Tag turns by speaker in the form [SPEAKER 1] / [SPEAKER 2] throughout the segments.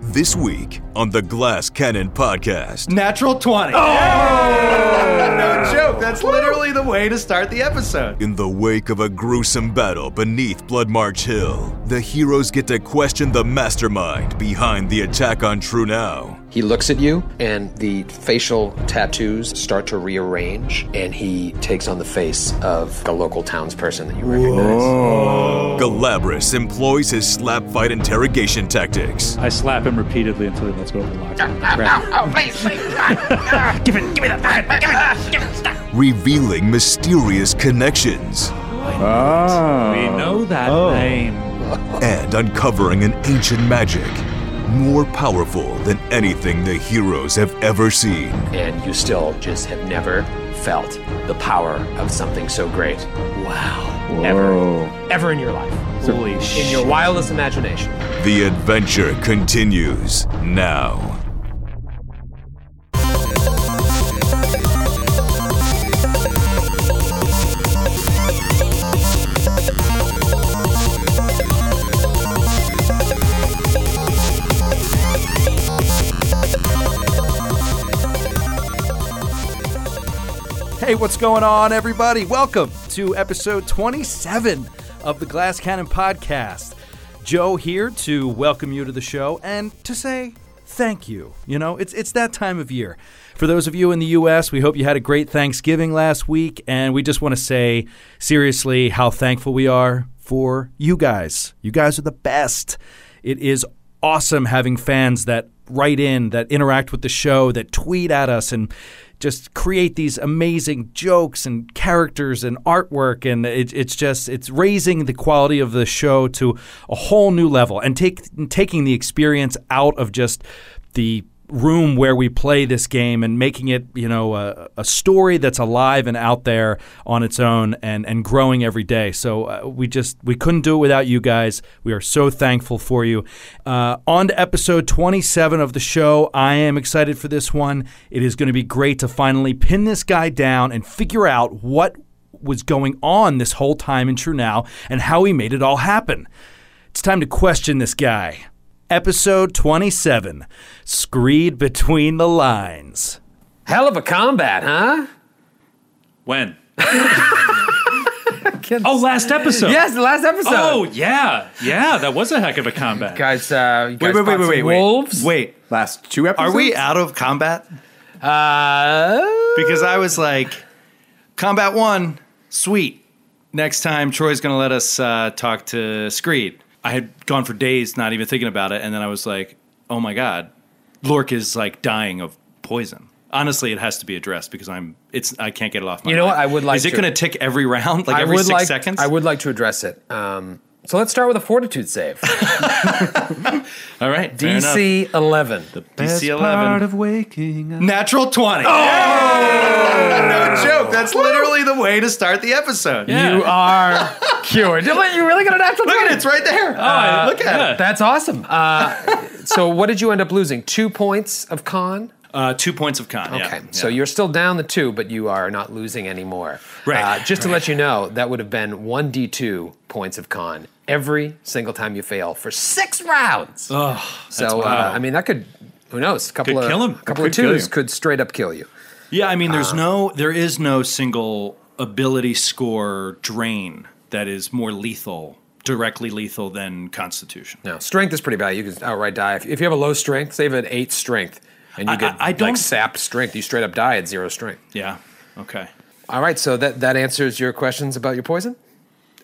[SPEAKER 1] This week on the Glass Cannon Podcast.
[SPEAKER 2] Natural 20.
[SPEAKER 3] Oh!
[SPEAKER 2] no joke. That's literally the way to start the episode.
[SPEAKER 1] In the wake of a gruesome battle beneath Blood March Hill, the heroes get to question the mastermind behind the attack on True Now.
[SPEAKER 4] He looks at you, and the facial tattoos start to rearrange, and he takes on the face of a local townsperson that you recognize.
[SPEAKER 1] Galabras employs his slap fight interrogation tactics.
[SPEAKER 3] I slap him repeatedly until he lets go of the lock. Crap.
[SPEAKER 5] give it, give me that, give it, give me that, give it, stop.
[SPEAKER 1] revealing mysterious connections
[SPEAKER 3] We know that name.
[SPEAKER 1] and uncovering an ancient magic more powerful than anything the heroes have ever seen.
[SPEAKER 4] And you still just have never felt the power of something so great. Wow. Ever. Ever in your life.
[SPEAKER 3] Holy
[SPEAKER 4] In your wildest imagination.
[SPEAKER 1] The adventure continues now.
[SPEAKER 2] Hey, what's going on, everybody? Welcome to episode 27 of the Glass Cannon Podcast. Joe here to welcome you to the show and to say thank you. You know, it's it's that time of year. For those of you in the US, we hope you had a great Thanksgiving last week and we just want to say seriously how thankful we are for you guys. You guys are the best. It is awesome having fans that write in, that interact with the show, that tweet at us, and just create these amazing jokes and characters and artwork. And it, it's just it's raising the quality of the show to a whole new level and take taking the experience out of just the room where we play this game and making it you know a, a story that's alive and out there on its own and and growing every day so uh, we just we couldn't do it without you guys we are so thankful for you uh, on to episode 27 of the show i am excited for this one it is going to be great to finally pin this guy down and figure out what was going on this whole time in true now and how he made it all happen it's time to question this guy. Episode 27 Screed Between the Lines.
[SPEAKER 4] Hell of a combat, huh?
[SPEAKER 3] When? oh, last episode.
[SPEAKER 5] Yes, the last episode.
[SPEAKER 3] Oh, yeah. Yeah, that was a heck of a combat.
[SPEAKER 5] Guys, uh, you guys
[SPEAKER 6] wait, wait, wait,
[SPEAKER 5] fought
[SPEAKER 6] wait,
[SPEAKER 5] some
[SPEAKER 6] wait.
[SPEAKER 5] wolves.
[SPEAKER 6] Wait, last two episodes.
[SPEAKER 2] Are we out of combat?
[SPEAKER 5] Uh,
[SPEAKER 2] Because I was like, Combat 1, sweet. Next time, Troy's going to let us uh, talk to Screed. I had gone for days not even thinking about it, and then I was like, oh my God, Lork is like dying of poison. Honestly, it has to be addressed because I'm. It's I can't get it off my.
[SPEAKER 4] You know what?
[SPEAKER 2] mind.
[SPEAKER 4] I would like
[SPEAKER 2] Is it
[SPEAKER 4] to-
[SPEAKER 2] going to tick every round, like every
[SPEAKER 4] would
[SPEAKER 2] six
[SPEAKER 4] like,
[SPEAKER 2] seconds?
[SPEAKER 4] I would like to address it. Um, so let's start with a fortitude save.
[SPEAKER 3] All right. fair enough.
[SPEAKER 4] DC 11.
[SPEAKER 3] DC 11.
[SPEAKER 6] of waking up.
[SPEAKER 2] Natural 20. no joke. That's literally the way to start the episode.
[SPEAKER 3] Yeah.
[SPEAKER 4] You are cured. You really got a natural
[SPEAKER 2] Look at it.
[SPEAKER 4] 20.
[SPEAKER 2] It's right there.
[SPEAKER 4] Oh,
[SPEAKER 2] Uh, Look at
[SPEAKER 3] Ah, yeah.
[SPEAKER 2] it.
[SPEAKER 4] That's awesome. Uh, so what did you end up losing? Two points of con?
[SPEAKER 3] Uh, two points of con. yeah.
[SPEAKER 4] Okay,
[SPEAKER 3] Yeah.
[SPEAKER 4] so you're still down the two, but you are not losing anymore.
[SPEAKER 3] Right,
[SPEAKER 4] Uh, just to let you know, that would have been one d2 points of con every single time you fail for six rounds. Oh, so uh, I mean that could, who knows? A couple
[SPEAKER 3] Could
[SPEAKER 4] of
[SPEAKER 3] kill him.
[SPEAKER 4] a couple of
[SPEAKER 3] Could kill
[SPEAKER 4] twos
[SPEAKER 3] you.
[SPEAKER 4] could straight up kill you.
[SPEAKER 3] Yeah, I mean, there's no, there is no single ability score drain that is more lethal, directly lethal than Constitution.
[SPEAKER 4] No, strength is pretty bad. You can outright die if, if you have a low strength. Say you have an eight strength, and you
[SPEAKER 3] I-
[SPEAKER 4] get
[SPEAKER 3] I- I
[SPEAKER 4] like
[SPEAKER 3] don't-
[SPEAKER 4] sapped strength. You straight up die at zero strength.
[SPEAKER 3] Yeah. Okay.
[SPEAKER 4] All right, so that that answers your questions about your poison.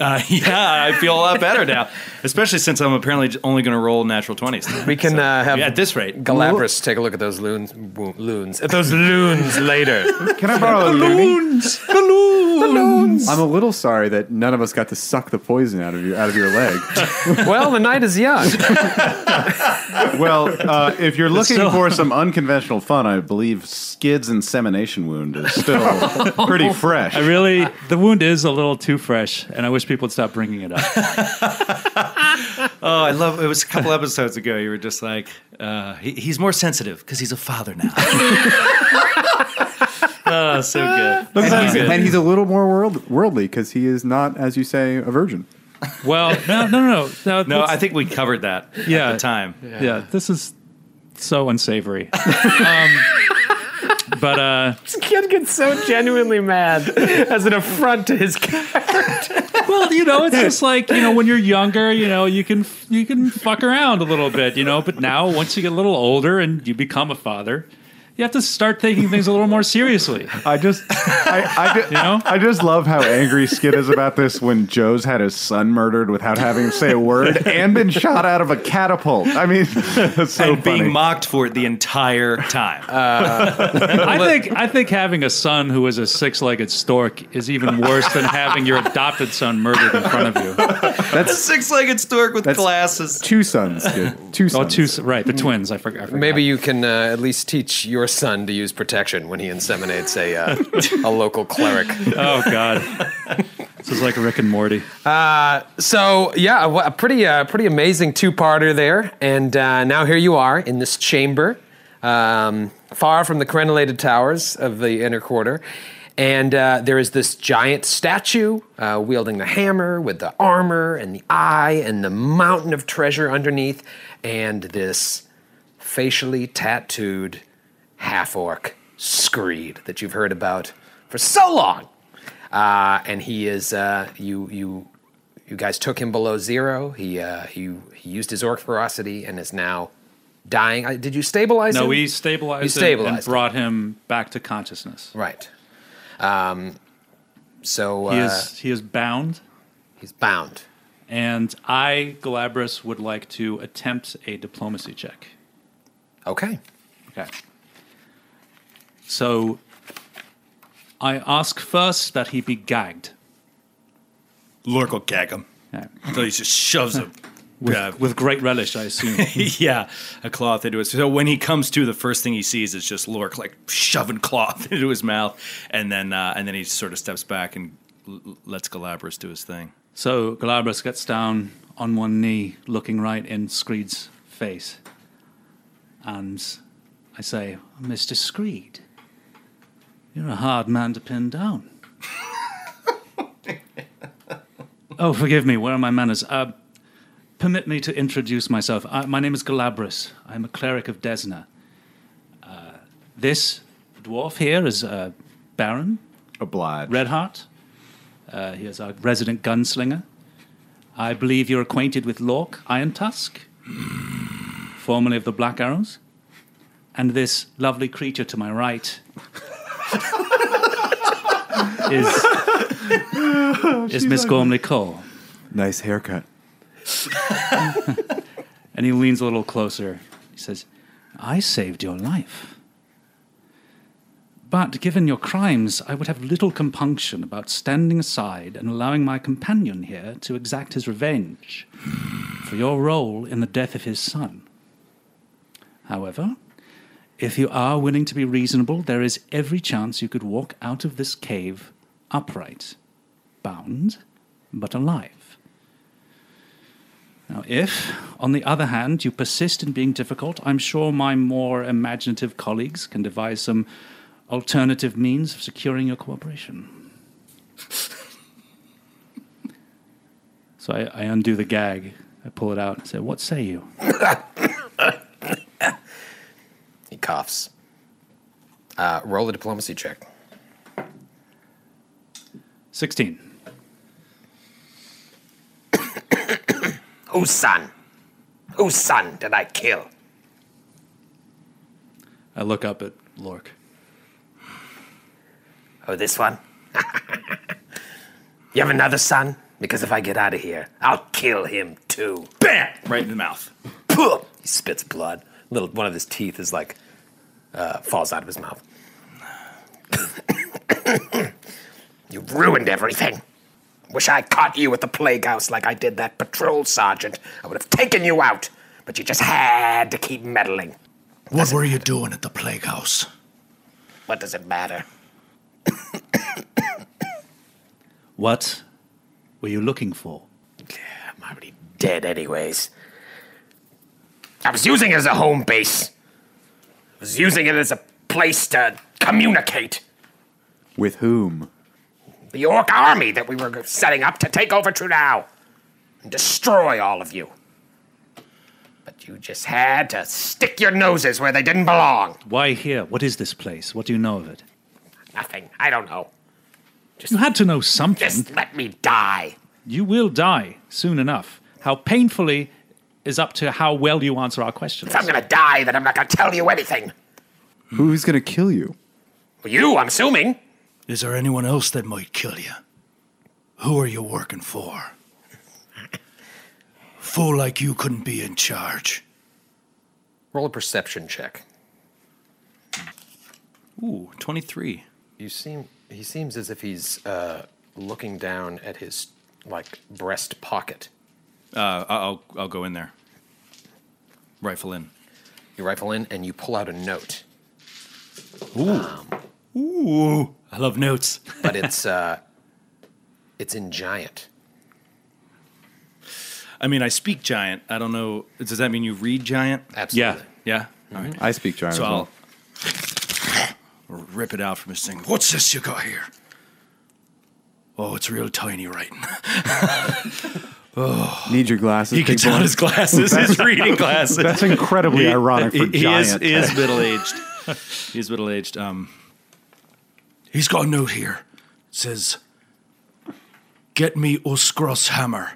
[SPEAKER 3] Uh, yeah, I feel a lot better now, especially since I'm apparently only going to roll natural twenties.
[SPEAKER 4] We can uh, have
[SPEAKER 3] at this rate.
[SPEAKER 4] Galabras take a look at those loons, wo- loons at those loons later.
[SPEAKER 6] Can I borrow a loony?
[SPEAKER 4] loons.
[SPEAKER 6] I'm a little sorry that none of us got to suck the poison out of you out of your leg.
[SPEAKER 4] Well, the night is young.
[SPEAKER 6] well, uh, if you're looking
[SPEAKER 3] still-
[SPEAKER 6] for some unconventional fun, I believe Skid's insemination wound is still pretty fresh.
[SPEAKER 7] I really, the wound is a little too fresh, and I wish people would stop bringing it up.
[SPEAKER 3] Oh, I love. It was a couple episodes ago. You were just like, uh, he, he's more sensitive because he's a father now. oh, so good.
[SPEAKER 6] and, he's, and he's a little more world, worldly because he is not, as you say, a virgin.
[SPEAKER 7] Well, no, no, no, no.
[SPEAKER 3] No,
[SPEAKER 7] let's-
[SPEAKER 3] I think we covered that
[SPEAKER 7] Yeah.
[SPEAKER 3] at the time.
[SPEAKER 7] yeah, this is
[SPEAKER 8] so unsavory. um, but uh,
[SPEAKER 4] This kid gets so genuinely mad as an affront to his character.
[SPEAKER 8] well, you know, it's just like you know when you're younger, you know, you can you can fuck around a little bit, you know. But now, once you get a little older and you become a father, you have to start taking things a little more seriously.
[SPEAKER 3] I just, I, I, ju-
[SPEAKER 8] know?
[SPEAKER 3] I just love how angry Skid is about this when Joe's had his son murdered without having him say a word and been shot out of a catapult. I mean, it's so
[SPEAKER 2] and
[SPEAKER 3] funny.
[SPEAKER 2] being mocked for it the entire time.
[SPEAKER 8] I think I think having a son who is a six-legged stork is even worse than having your adopted son murdered in front of you.
[SPEAKER 6] Six-legged stork with
[SPEAKER 3] That's-
[SPEAKER 6] glasses.
[SPEAKER 3] two sons, Skid. Two
[SPEAKER 8] Oh,
[SPEAKER 3] sons.
[SPEAKER 8] two right, the twins. I forgot. I forgot.
[SPEAKER 4] Maybe you can uh, at least teach your son to use protection when he inseminates a uh, a local cleric.
[SPEAKER 8] Oh God, this is like Rick and Morty.
[SPEAKER 4] So yeah, a, a pretty uh, pretty amazing two parter there, and uh, now here you are in this chamber, um, far from the crenellated towers of the inner quarter, and uh, there is this giant statue uh, wielding the hammer with the armor and the eye and the mountain of treasure underneath, and this facially tattooed half orc screed that you've heard about for so long. Uh, and he is uh, you you you guys took him below zero. He uh, he he used his orc ferocity and is now dying. Uh, did you stabilize him?
[SPEAKER 8] No, we stabilized,
[SPEAKER 4] You
[SPEAKER 8] him
[SPEAKER 4] stabilized
[SPEAKER 8] and brought him back to consciousness.
[SPEAKER 4] right. Um, so
[SPEAKER 8] He
[SPEAKER 4] uh,
[SPEAKER 8] is he is bound,
[SPEAKER 4] he's bound.
[SPEAKER 8] and I, Galabras, would like to attempt a diplomacy check.
[SPEAKER 4] Okay.
[SPEAKER 8] Okay. So I ask first that he be gagged.
[SPEAKER 2] Lork will gag him.
[SPEAKER 8] Yeah.
[SPEAKER 2] So he just shoves him.
[SPEAKER 8] With,
[SPEAKER 2] uh,
[SPEAKER 8] with great relish, I assume.
[SPEAKER 2] yeah, a cloth into it. So when he comes to, the first thing he sees is just Lork like shoving cloth into his mouth, and then uh, and then he sort of steps back and l- l- lets Galabras do his thing.
[SPEAKER 8] so Galabras gets down on one knee, looking right in Screed's face. And I say, Mr. Screed, you're a hard man to pin down. oh, forgive me, where are my manners? Uh, permit me to introduce myself. Uh, my name is Galabras. I'm a cleric of Desna. Uh, this dwarf here is uh, Baron
[SPEAKER 3] Obliged.
[SPEAKER 8] Redheart. Uh, he is our resident gunslinger. I believe you're acquainted with Lork Iron Tusk, formerly of the Black Arrows, and this lovely creature to my right is is Miss Gormley Cole.
[SPEAKER 3] Nice haircut.
[SPEAKER 8] And he leans a little closer. He says, I saved your life. But given your crimes, I would have little compunction about standing aside and allowing my companion here to exact his revenge for your role in the death of his son. However, if you are willing to be reasonable, there is every chance you could walk out of this cave upright, bound, but alive. Now, if, on the other hand, you persist in being difficult, I'm sure my more imaginative colleagues can devise some alternative means of securing your cooperation. so I, I undo the gag. I pull it out and say, What say you?
[SPEAKER 4] He coughs. Uh, roll a diplomacy check.
[SPEAKER 8] 16.
[SPEAKER 4] Whose son? Whose son did I kill?
[SPEAKER 8] I look up at Lork.
[SPEAKER 4] Oh, this one? you have another son? Because if I get out of here, I'll kill him too.
[SPEAKER 2] Bam! Right in the mouth.
[SPEAKER 4] Puh! He spits blood. Little one of his teeth is like uh, falls out of his mouth. you ruined everything. Wish I caught you at the plague house like I did that patrol sergeant. I would have taken you out, but you just had to keep meddling.
[SPEAKER 9] What were you doing at the plague house?
[SPEAKER 4] What does it matter?
[SPEAKER 8] What were you looking for?
[SPEAKER 4] I'm already dead, anyways. I was using it as a home base. I was using it as a place to communicate.
[SPEAKER 3] With whom?
[SPEAKER 4] the orc army that we were setting up to take over Trunau and destroy all of you. But
[SPEAKER 5] You just had to stick your noses where they didn't belong.
[SPEAKER 7] Why here? What is this place? What do you know of it?
[SPEAKER 5] Nothing. I don't know.
[SPEAKER 7] You had to know something.
[SPEAKER 5] Just let me die.
[SPEAKER 7] You will die soon enough. How painfully is up to how well you answer our questions.
[SPEAKER 5] If I'm gonna die, then I'm not gonna tell you anything.
[SPEAKER 6] Who's gonna kill you?
[SPEAKER 5] You, I'm assuming.
[SPEAKER 9] Is there anyone else that might kill you? Who are you working for? Fool like you couldn't be in charge.
[SPEAKER 4] Roll a perception check.
[SPEAKER 2] Ooh, 23.
[SPEAKER 4] You seem he seems as if he's uh, looking down at his like breast pocket.
[SPEAKER 2] Uh, I- I'll I'll go in there. Rifle in.
[SPEAKER 4] You rifle in and you pull out a note,
[SPEAKER 2] Ooh, I love notes.
[SPEAKER 4] but it's uh, it's in giant.
[SPEAKER 2] I mean, I speak giant. I don't know. Does that mean you read giant?
[SPEAKER 4] Absolutely.
[SPEAKER 2] Yeah. All right.
[SPEAKER 6] I speak giant.
[SPEAKER 2] So
[SPEAKER 6] as well.
[SPEAKER 2] I'll rip it out from his thing.
[SPEAKER 9] What's this you got here? Oh, it's real tiny writing.
[SPEAKER 6] Need your
[SPEAKER 2] He
[SPEAKER 6] glasses. big
[SPEAKER 2] gets
[SPEAKER 6] boy.
[SPEAKER 2] out his glasses, his reading glasses.
[SPEAKER 6] That's incredibly ironic for
[SPEAKER 2] he
[SPEAKER 6] giant.
[SPEAKER 2] is, he is middle aged. he is middle aged. Um,
[SPEAKER 9] He's got a note here. It says, Get me Uskros hammer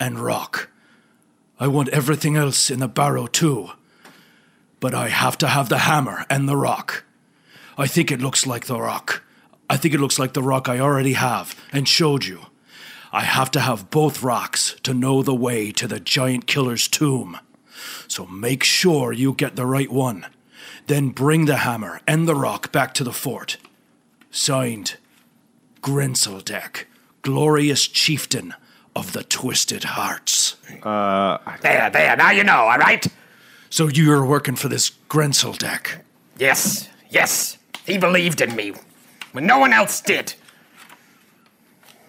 [SPEAKER 9] and rock. I want everything else in the barrow too, but I have to have the hammer and the rock. I think it looks like the rock. I think it looks like the rock I already have and showed you. I have to have both rocks to know the way to the giant killer's tomb. So make sure you get the right one. Then bring the hammer and the rock back to the fort. Signed, Grinseldek, glorious chieftain of the Twisted Hearts.
[SPEAKER 5] There, there. Now you know. All right.
[SPEAKER 9] So you're working for this Grinseldek.
[SPEAKER 5] Yes, yes. He believed in me when no one else did.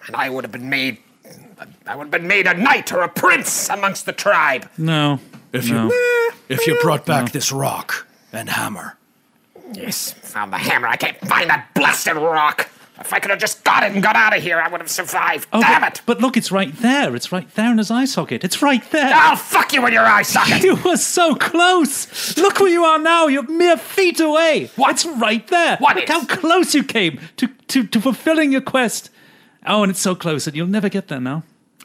[SPEAKER 5] And I would have been made. I would have been made a knight or a prince amongst the tribe.
[SPEAKER 7] no.
[SPEAKER 9] If
[SPEAKER 7] no.
[SPEAKER 9] you if you brought back this rock and hammer,
[SPEAKER 5] Yes, found the hammer. I can't find that blasted rock. If I could have just got it and got out of here, I would have survived.
[SPEAKER 7] Oh,
[SPEAKER 5] Damn
[SPEAKER 7] but,
[SPEAKER 5] it!
[SPEAKER 7] But look, it's right there. It's right there in his eye socket. It's right there.
[SPEAKER 5] I'll fuck you in your eye socket.
[SPEAKER 7] You were so close. Look where you are now. You're mere feet away. What's right there?
[SPEAKER 5] What
[SPEAKER 7] Look
[SPEAKER 5] is?
[SPEAKER 7] how close you came to, to, to fulfilling your quest. Oh, and it's so close that you'll never get there now.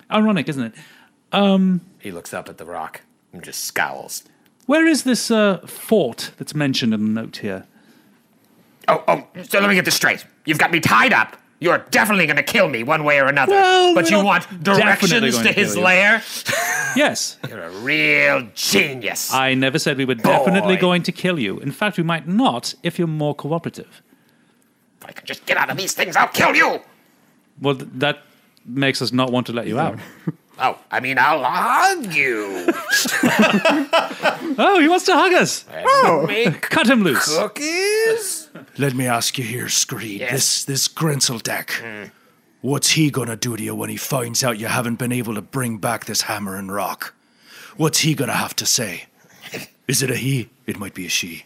[SPEAKER 7] Ironic, isn't it?
[SPEAKER 4] He looks up at the rock.
[SPEAKER 5] and just scowls.
[SPEAKER 7] Where is this uh, fort that's mentioned in the note here?
[SPEAKER 5] Oh, oh. So let me get this straight. You've got me tied up. You're definitely going to kill me one way or another.
[SPEAKER 7] Well,
[SPEAKER 5] but
[SPEAKER 7] we're
[SPEAKER 5] you
[SPEAKER 7] not
[SPEAKER 5] want
[SPEAKER 7] definitely
[SPEAKER 5] directions
[SPEAKER 7] going
[SPEAKER 5] to
[SPEAKER 7] to kill
[SPEAKER 5] his
[SPEAKER 7] you.
[SPEAKER 5] lair?
[SPEAKER 7] Yes.
[SPEAKER 5] You're a real genius.
[SPEAKER 7] I never said we were definitely
[SPEAKER 5] Boy.
[SPEAKER 7] going to kill you. In fact, we might not if you're more cooperative.
[SPEAKER 5] If I could just get out of these things, I'll kill you.
[SPEAKER 7] Well, th- that makes us not want to let you out.
[SPEAKER 5] Oh, I mean, I'll hug you.
[SPEAKER 7] Oh, he wants to hug us. Cut him loose.
[SPEAKER 9] let me ask you here, Screed. This this Grinseldek, what's he gonna do to you when he finds out you haven't been able to bring back this hammer and rock? What's he gonna have to say? Is it a he? It might be a she.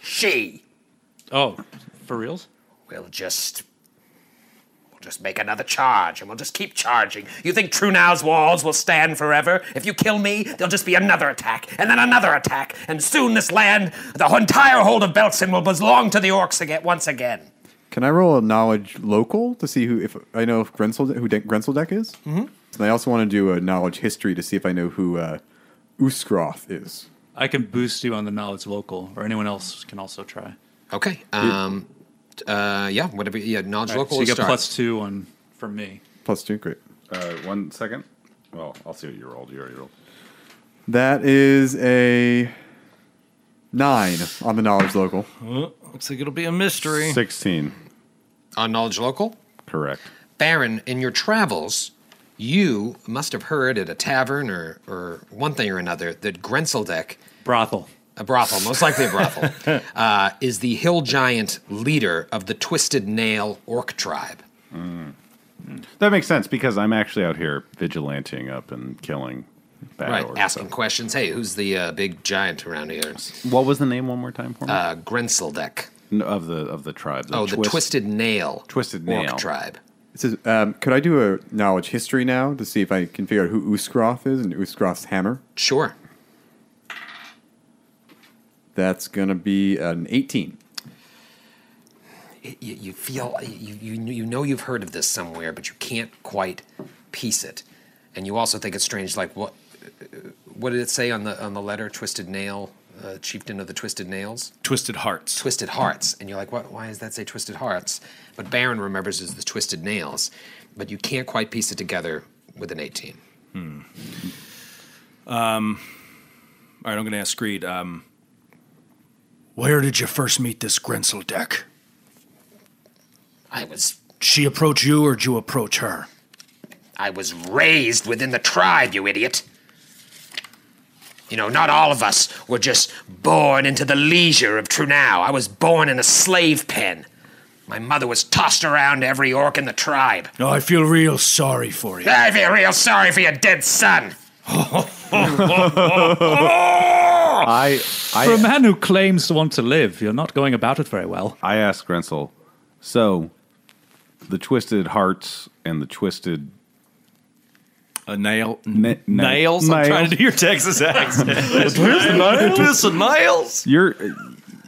[SPEAKER 5] she
[SPEAKER 7] Oh, for reals?
[SPEAKER 5] will just. We'll just make another charge, and we'll just keep charging. You think True Now's walls will stand forever? If you kill me, there'll just be another attack, and then another attack, and soon this land, the entire hold of Beltsin, will belong to the orcs again, once again.
[SPEAKER 6] Can I roll a knowledge local to see who if I know if Grensel who De- Grenseldeck is? Mm-hmm. And I also want to do a knowledge history to see if I know who uh, Uskroth is.
[SPEAKER 7] I can boost you on the knowledge local, or anyone else can also try.
[SPEAKER 4] Okay. Um, t- uh, yeah. Whatever. Yeah. Knowledge local.
[SPEAKER 7] so you
[SPEAKER 4] is
[SPEAKER 7] get
[SPEAKER 4] start.
[SPEAKER 7] plus two on from me.
[SPEAKER 6] Plus two, great.
[SPEAKER 3] Uh, one second. Well, I'll see what you rolled. You already rolled.
[SPEAKER 6] That is a nine on the knowledge local.
[SPEAKER 2] looks like it'll be a mystery.
[SPEAKER 3] 16.
[SPEAKER 4] on Uh, knowledge local.
[SPEAKER 3] Correct.
[SPEAKER 4] Baron, in your travels, you must have heard at a tavern or, or one thing or another that Grenzeldeck,
[SPEAKER 7] Brothel.
[SPEAKER 4] a brothel, most likely a brothel, uh, is the hill giant leader of the Twisted Nail Orc tribe.
[SPEAKER 3] That makes sense because I'm actually out here vigilanting up and killing bad
[SPEAKER 4] Right,
[SPEAKER 3] orcs,
[SPEAKER 4] asking
[SPEAKER 3] so.
[SPEAKER 4] questions. Hey, who's the uh, big giant around here?
[SPEAKER 3] What was the name one more time for me?
[SPEAKER 4] Uh, Grenzeldeck.
[SPEAKER 3] N- of the of the tribe.
[SPEAKER 4] Oh, the
[SPEAKER 3] twist-
[SPEAKER 4] Twisted Nail
[SPEAKER 3] Twisted
[SPEAKER 4] Orc
[SPEAKER 3] Nail.
[SPEAKER 4] tribe.
[SPEAKER 6] It says, um, could I do a knowledge history now to see if I can figure out who Uskroth is and Uskroth's hammer?
[SPEAKER 4] Sure.
[SPEAKER 6] That's gonna be an eighteen.
[SPEAKER 5] you, you feel you, you you know you've heard of this somewhere, but you can't quite piece it, and you also think it's strange. Like what uh, what did it say on the on the letter? Twisted nail, uh, chieftain of the twisted nails.
[SPEAKER 2] Twisted hearts.
[SPEAKER 5] Twisted hearts, and you're like, what? Why does that say twisted hearts? But Baron remembers as the twisted nails, but you can't quite piece it together with an 18.
[SPEAKER 2] Hmm. Um, all right, I'm going to ask Greed. Um,
[SPEAKER 9] Where did you first meet this Grensel deck?
[SPEAKER 5] I was
[SPEAKER 9] She approach you or did you approach her?
[SPEAKER 5] I was raised within the tribe, you idiot. You know, not all of us were just born into the leisure of Trunau. I was born in a slave pen. My mother was tossed around to every orc in the tribe.
[SPEAKER 9] No, I feel real sorry for you.
[SPEAKER 5] I feel real sorry for your dead son.
[SPEAKER 7] I,
[SPEAKER 3] I-
[SPEAKER 7] For a man who claims to want to live, you're not going about it very well.
[SPEAKER 3] I asked Grensel, so the twisted hearts and the twisted
[SPEAKER 2] a nail,
[SPEAKER 3] nails.
[SPEAKER 2] I'm trying to do your Texas accent.
[SPEAKER 3] Twisted nails?
[SPEAKER 2] Twisted nails?
[SPEAKER 3] You're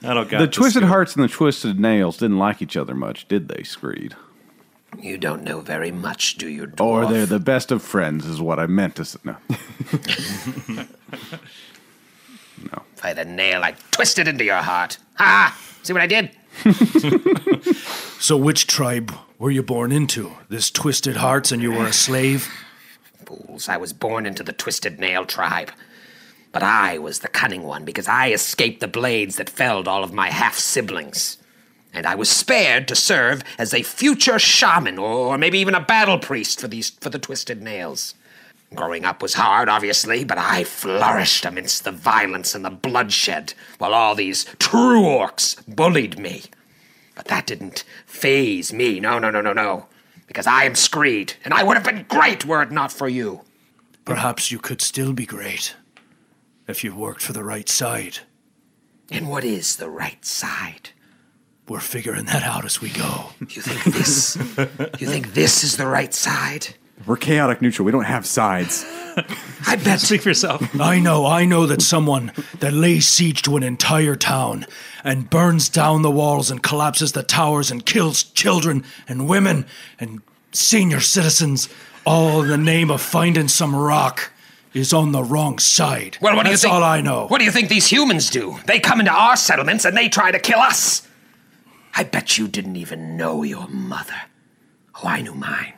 [SPEAKER 2] I don't got
[SPEAKER 3] the
[SPEAKER 2] this
[SPEAKER 3] twisted
[SPEAKER 2] guy.
[SPEAKER 3] hearts and the twisted nails didn't like each other much, did they, Screed?
[SPEAKER 5] You don't know very much, do you?
[SPEAKER 3] Or they're the best of friends, is what I meant to say. No.
[SPEAKER 5] If I had a nail, I'd twist it into your heart. Ha! See what I did?
[SPEAKER 9] So, which tribe were you born into? This Twisted Hearts, and you were a slave?
[SPEAKER 5] Fools, I was born into the Twisted Nail tribe. But I was the cunning one because I escaped the blades that felled all of my half siblings. And I was spared to serve as a future shaman or, or maybe even a battle priest for these for the Twisted Nails. Growing up was hard, obviously, but I flourished amidst the violence and the bloodshed while all these true orcs bullied me. But that didn't phase me. No, no, no, no, no. Because I am Screed, and I would have been great were it not for you.
[SPEAKER 9] Perhaps you could still be great if you worked for the right side.
[SPEAKER 5] And what is the right side?
[SPEAKER 9] We're figuring that out as we go.
[SPEAKER 5] You think this? you think this is the right side?
[SPEAKER 6] We're chaotic neutral. We don't have sides.
[SPEAKER 5] I bet. Speak
[SPEAKER 7] for yourself.
[SPEAKER 9] I know, I know that someone that lays siege to an entire town and burns down the walls and collapses the towers and kills children and women and senior citizens, all in the name of finding some rock, is on the wrong side.
[SPEAKER 5] Well, what do you
[SPEAKER 9] That's
[SPEAKER 5] think?
[SPEAKER 9] all I know.
[SPEAKER 5] What do you think these humans do? They come into our settlements and they try to kill us. I bet you didn't even know your mother. Oh, I knew mine.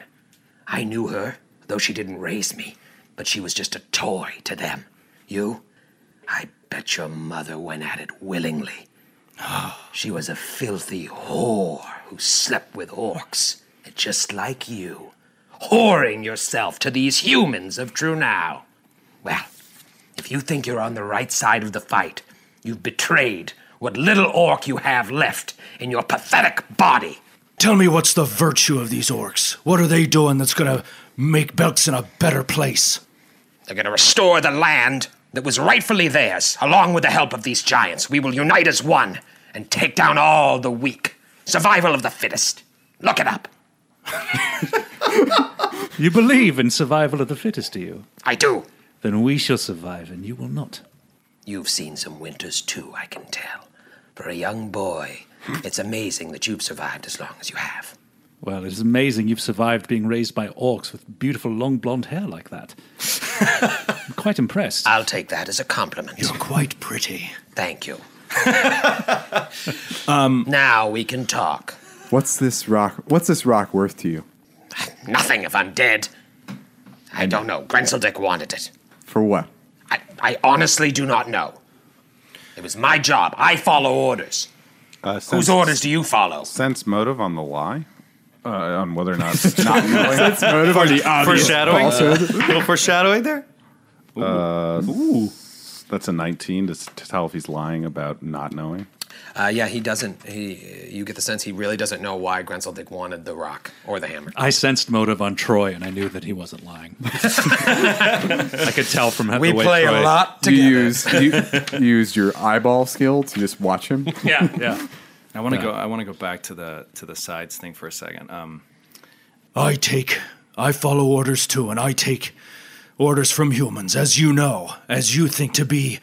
[SPEAKER 5] I knew her, though she didn't raise me, but she was just a toy to them. You? I bet your mother went at it willingly. she was a filthy whore who slept with orcs, just like you, whoring yourself to these humans of True Now. Well, if you think you're on the right side of the fight, you've betrayed what little orc you have left in your pathetic body.
[SPEAKER 9] Tell me what's the virtue of these orcs? What are they doing that's gonna make Belkson a better place?
[SPEAKER 5] They're going to restore the land that was rightfully theirs, along with the help of these giants. We will unite as one and take down all the weak. Survival of the fittest. Look it up.
[SPEAKER 7] You believe in survival of the fittest, do you?
[SPEAKER 5] I do.
[SPEAKER 7] Then we shall survive, and you will not.
[SPEAKER 5] You've seen some winters too, I can tell. For a young boy, it's amazing that you've survived as long as you have.
[SPEAKER 7] Well, it is amazing you've survived being raised by orcs with beautiful long blonde hair like that. I'm quite impressed.
[SPEAKER 5] I'll take that as a compliment. You're
[SPEAKER 9] quite pretty.
[SPEAKER 5] Thank you.
[SPEAKER 9] Um,
[SPEAKER 5] now we can talk.
[SPEAKER 6] What's this rock? What's this rock worth to you?
[SPEAKER 5] Nothing if I'm dead. I don't know. Grenzeldick wanted it.
[SPEAKER 6] For what?
[SPEAKER 5] I, I honestly do not know. It was my job. I follow orders.
[SPEAKER 3] Uh,
[SPEAKER 5] Whose orders do you follow?
[SPEAKER 3] Sense motive on the lie? Uh, on whether or not not knowing.
[SPEAKER 2] Sense motive on the obvious Foreshadowing? falsehood. A little foreshadowing there?
[SPEAKER 3] Uh, That's a 19 to, s- to tell if he's lying about not knowing.
[SPEAKER 5] Uh, yeah, he doesn't. He, you get the sense he really doesn't know why Grenzeldick wanted the rock or the hammer.
[SPEAKER 7] I sensed motive on Troy, and I knew that he wasn't lying. I could tell from how
[SPEAKER 5] We
[SPEAKER 7] the way
[SPEAKER 5] play a
[SPEAKER 7] Troy-
[SPEAKER 8] Ah,
[SPEAKER 5] lot
[SPEAKER 6] You use you, you use your eyeball skill to just watch him.
[SPEAKER 2] Yeah, yeah. I want to
[SPEAKER 6] Yeah.
[SPEAKER 2] go. I want to go back to the to the sides thing for a second. Um,
[SPEAKER 9] I take, I follow orders too, and I take orders from humans, as you know, as you think to be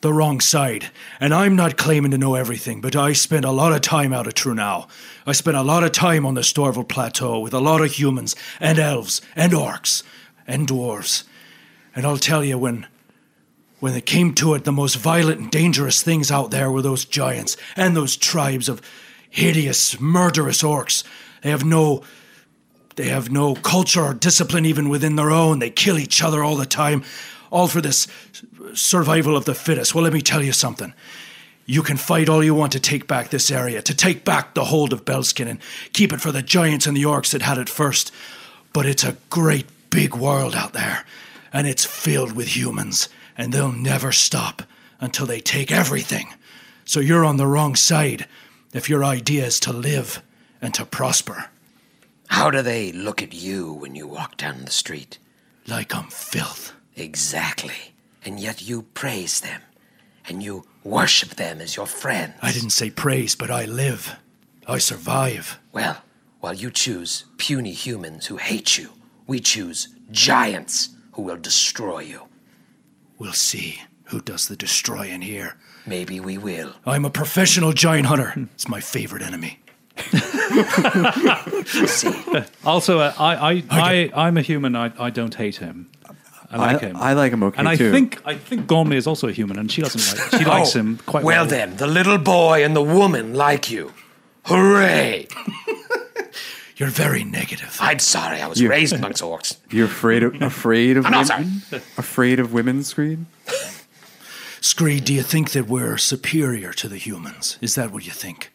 [SPEAKER 9] the wrong side. And I'm not claiming to know everything, but I spent a lot of time out of Trunau. I spent a lot of time on the Storval Plateau with a lot of humans and elves and orcs and dwarves. And I'll tell you, when when it came to it, the most violent and dangerous things out there were those giants and those tribes of hideous, murderous orcs. They have no they have no culture or discipline even within their own. They kill each other all the time, all for this survival of the fittest. Well, let me tell you something. You can fight all you want to take back this area, to take back the hold of Belskin and keep it for the giants and the orcs that had it first. But it's a great big world out there, and it's filled with humans, and they'll never stop until they take everything. So you're on the wrong side if your idea is to live and to prosper.
[SPEAKER 4] How do they look at you when you walk down the street?
[SPEAKER 9] Like I'm filth.
[SPEAKER 4] Exactly. And yet you praise them, and you worship them as your friend.
[SPEAKER 9] I didn't say praise, but I live. I survive.
[SPEAKER 4] Well, while you choose puny humans who hate you, we choose giants who will destroy you.
[SPEAKER 9] We'll see who does the destroying here.
[SPEAKER 4] Maybe we will.
[SPEAKER 9] I'm a professional giant hunter. It's my favorite enemy.
[SPEAKER 8] Also, uh, I, I, I, I'm a human. I, I don't hate him. I like
[SPEAKER 6] I-
[SPEAKER 8] him.
[SPEAKER 6] I like him okay,
[SPEAKER 8] And I
[SPEAKER 6] too.
[SPEAKER 8] think I think Gormley is also a human, and she doesn't like. She likes
[SPEAKER 4] Oh,
[SPEAKER 8] him quite
[SPEAKER 4] well.
[SPEAKER 8] well.
[SPEAKER 4] then, the little boy and the woman like you. Hooray!
[SPEAKER 9] You're very negative.
[SPEAKER 4] I'm sorry, I was
[SPEAKER 6] You-
[SPEAKER 4] raised amongst orcs.
[SPEAKER 6] You're afraid of afraid of
[SPEAKER 4] I'm not
[SPEAKER 6] women? afraid of women's screen?
[SPEAKER 9] Scree, do you think that we're superior to the humans? Is that what you think?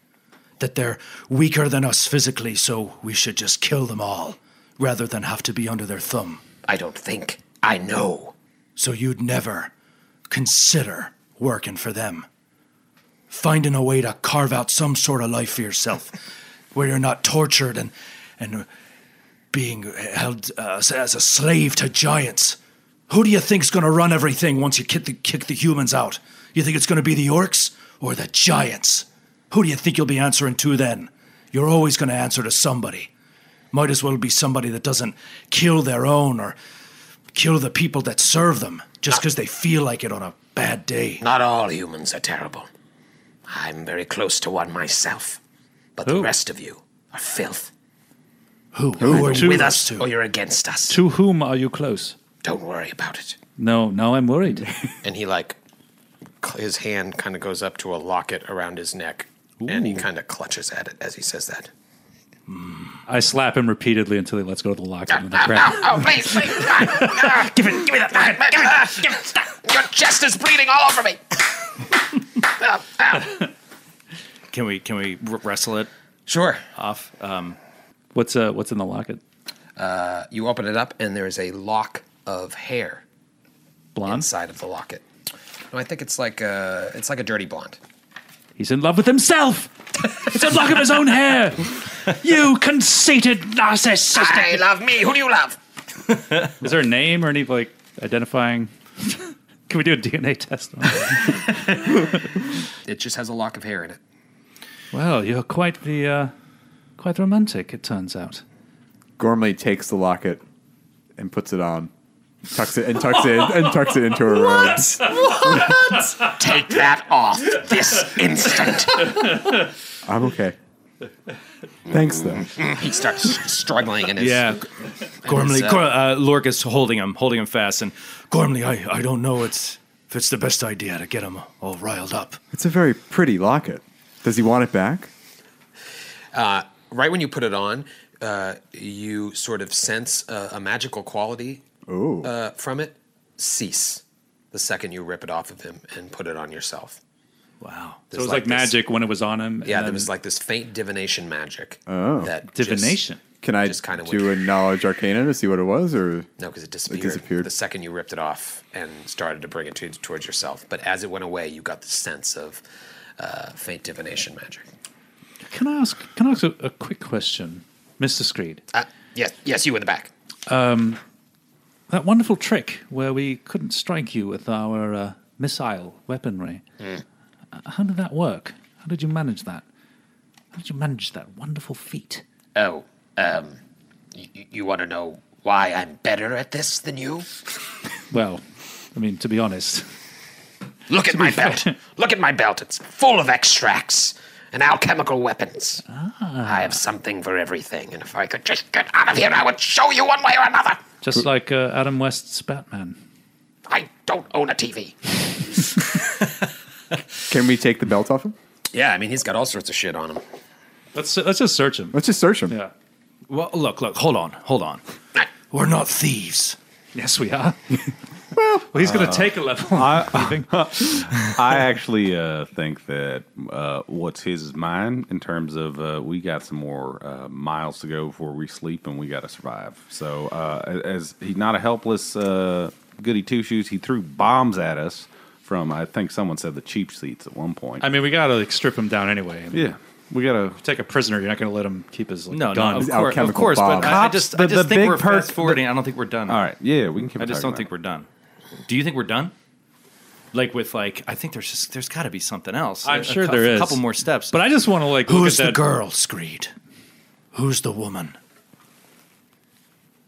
[SPEAKER 9] That they're weaker than us physically, so we should just kill them all rather than have to be under their thumb?
[SPEAKER 4] I don't think. I know.
[SPEAKER 9] So you'd never consider working for them. Finding a way to carve out some sort of life for yourself where you're not tortured and, and being held uh, as as a slave to giants. Who do you think's going to run everything once you kick the, kick the humans out? You think it's going to be the orcs or the giants? Who do you think you'll be answering to then? You're always going to answer to somebody. Might as well be somebody that doesn't kill their own or kill the people that serve them just because they feel like it on a bad day.
[SPEAKER 4] Not all humans are terrible. I'm very close to one myself. But the rest of you are filth.
[SPEAKER 9] Who?
[SPEAKER 8] Who
[SPEAKER 4] You're
[SPEAKER 8] are you
[SPEAKER 4] with
[SPEAKER 8] close
[SPEAKER 4] us
[SPEAKER 8] to?
[SPEAKER 4] or you're against us.
[SPEAKER 8] To whom are you close?
[SPEAKER 4] Don't worry about it.
[SPEAKER 8] No, no, I'm worried.
[SPEAKER 4] And he, like, cl- his hand kind of goes up to a locket around his neck. And he kind of clutches at it as he says that.
[SPEAKER 8] I slap him repeatedly until he lets go of the locker. and then I grab him.
[SPEAKER 5] Oh, please, please. Ah, give it, give me that. Ah, Give it, give it. Stop. Your chest is bleeding all over me. Ah, ah.
[SPEAKER 2] Can we can we r- wrestle it
[SPEAKER 4] Sure.
[SPEAKER 2] off? Um,
[SPEAKER 8] What's uh, what's in the locket?
[SPEAKER 4] You open it up, and there is a lock of hair
[SPEAKER 8] Blonde.
[SPEAKER 4] inside of the locket. No, I think it's like a, it's like a dirty blonde.
[SPEAKER 8] He's in love with himself. It's a lock of his own hair. You conceited narcissist.
[SPEAKER 5] I love me. Who do you love?
[SPEAKER 8] Is there a name or any like identifying? Can we do a DNA test? on it?
[SPEAKER 4] It just has a lock of hair in it.
[SPEAKER 8] Well, you're quite the uh, quite romantic. It turns out.
[SPEAKER 6] Gormley takes the locket and puts it on. Tucks it and tucks it and tucks it into her robe.
[SPEAKER 5] Take that off this instant.
[SPEAKER 6] I'm okay. Thanks though.
[SPEAKER 4] He starts struggling, and his
[SPEAKER 2] yeah, Gormley. Gor- uh, Lorca's holding him, holding him fast, and
[SPEAKER 9] Gormley, I, I don't know it's, if it's the best idea to get him all riled up.
[SPEAKER 6] It's a very pretty locket. Does he want it back?
[SPEAKER 4] right when you put it on, uh, you sort of sense a, a magical quality uh, from it cease the second you rip it off of him and put it on yourself.
[SPEAKER 8] Wow. So it
[SPEAKER 4] There's
[SPEAKER 8] was like,
[SPEAKER 4] like this-
[SPEAKER 8] magic when it was on him.
[SPEAKER 4] Yeah, there was like this faint divination magic. that just-
[SPEAKER 8] divination.
[SPEAKER 6] Can I
[SPEAKER 4] Just kinda
[SPEAKER 6] do
[SPEAKER 4] would-
[SPEAKER 6] a knowledge arcana to see what it was or
[SPEAKER 4] no, because it disappeared.
[SPEAKER 6] disappeared.
[SPEAKER 4] The second you ripped it off and started to bring it to, towards yourself, but as it went away, you got the sense of uh, faint divination magic.
[SPEAKER 8] Can I ask? Can I ask a, a quick question, Mister Screed?
[SPEAKER 4] Uh, yes, yes, you in the back.
[SPEAKER 8] That wonderful trick where we couldn't strike you with our uh, missile weaponry.
[SPEAKER 7] Hmm.
[SPEAKER 8] Uh, How did that work? How did you manage that? How did you manage that wonderful feat?
[SPEAKER 4] Oh, um, you, you want to know why I'm better at this than you?
[SPEAKER 8] Well, I mean, to be honest,
[SPEAKER 5] Look at my belt. Look at my belt. It's full of extracts and alchemical weapons. I have something for everything, and if I could just get out of here, I would show you one way or another.
[SPEAKER 7] Just like uh, Adam West's Batman.
[SPEAKER 5] I don't own a TV.
[SPEAKER 6] Can we take the belt off him?
[SPEAKER 5] Yeah, I mean, he's got all sorts of shit on him.
[SPEAKER 7] Let's let's just search him.
[SPEAKER 6] Let's just search him.
[SPEAKER 7] Yeah.
[SPEAKER 2] Well, look, look, hold on, hold on. We're not thieves.
[SPEAKER 7] Yes, we are. well, he's going to take a level.
[SPEAKER 3] Uh, I actually uh, think that uh, what's his is mine in terms of uh, we got some more uh, miles to go before we sleep and we got to survive. So uh, as he's not a helpless uh, goody two shoes, he threw bombs at us from I think someone said the cheap seats at one point.
[SPEAKER 7] I mean, we got to like strip him down anyway.
[SPEAKER 3] yeah, we got to
[SPEAKER 7] Take a prisoner. You're not going to let him keep his like,
[SPEAKER 2] uh, No,
[SPEAKER 7] gun.
[SPEAKER 2] no, of,
[SPEAKER 6] His
[SPEAKER 2] course,
[SPEAKER 6] alchemical
[SPEAKER 2] of course, but
[SPEAKER 6] bomb.
[SPEAKER 2] I, I just, I
[SPEAKER 3] The-
[SPEAKER 2] just
[SPEAKER 3] the
[SPEAKER 2] think
[SPEAKER 3] big
[SPEAKER 2] we're
[SPEAKER 3] perk-
[SPEAKER 2] fast forwarding. I don't think we're done.
[SPEAKER 3] All right, yeah, we can keep
[SPEAKER 2] I just
[SPEAKER 3] talking
[SPEAKER 2] don't think
[SPEAKER 3] about
[SPEAKER 2] we're done. Do you think we're done? Like with like, I think there's just there's got to be something else.
[SPEAKER 7] I'm
[SPEAKER 2] A- a
[SPEAKER 7] sure
[SPEAKER 2] cou-
[SPEAKER 7] there is.
[SPEAKER 2] a couple more steps.
[SPEAKER 7] But I just want to like look
[SPEAKER 9] Who's
[SPEAKER 7] at
[SPEAKER 9] the
[SPEAKER 7] that-
[SPEAKER 9] girl, Screed? Who's the woman?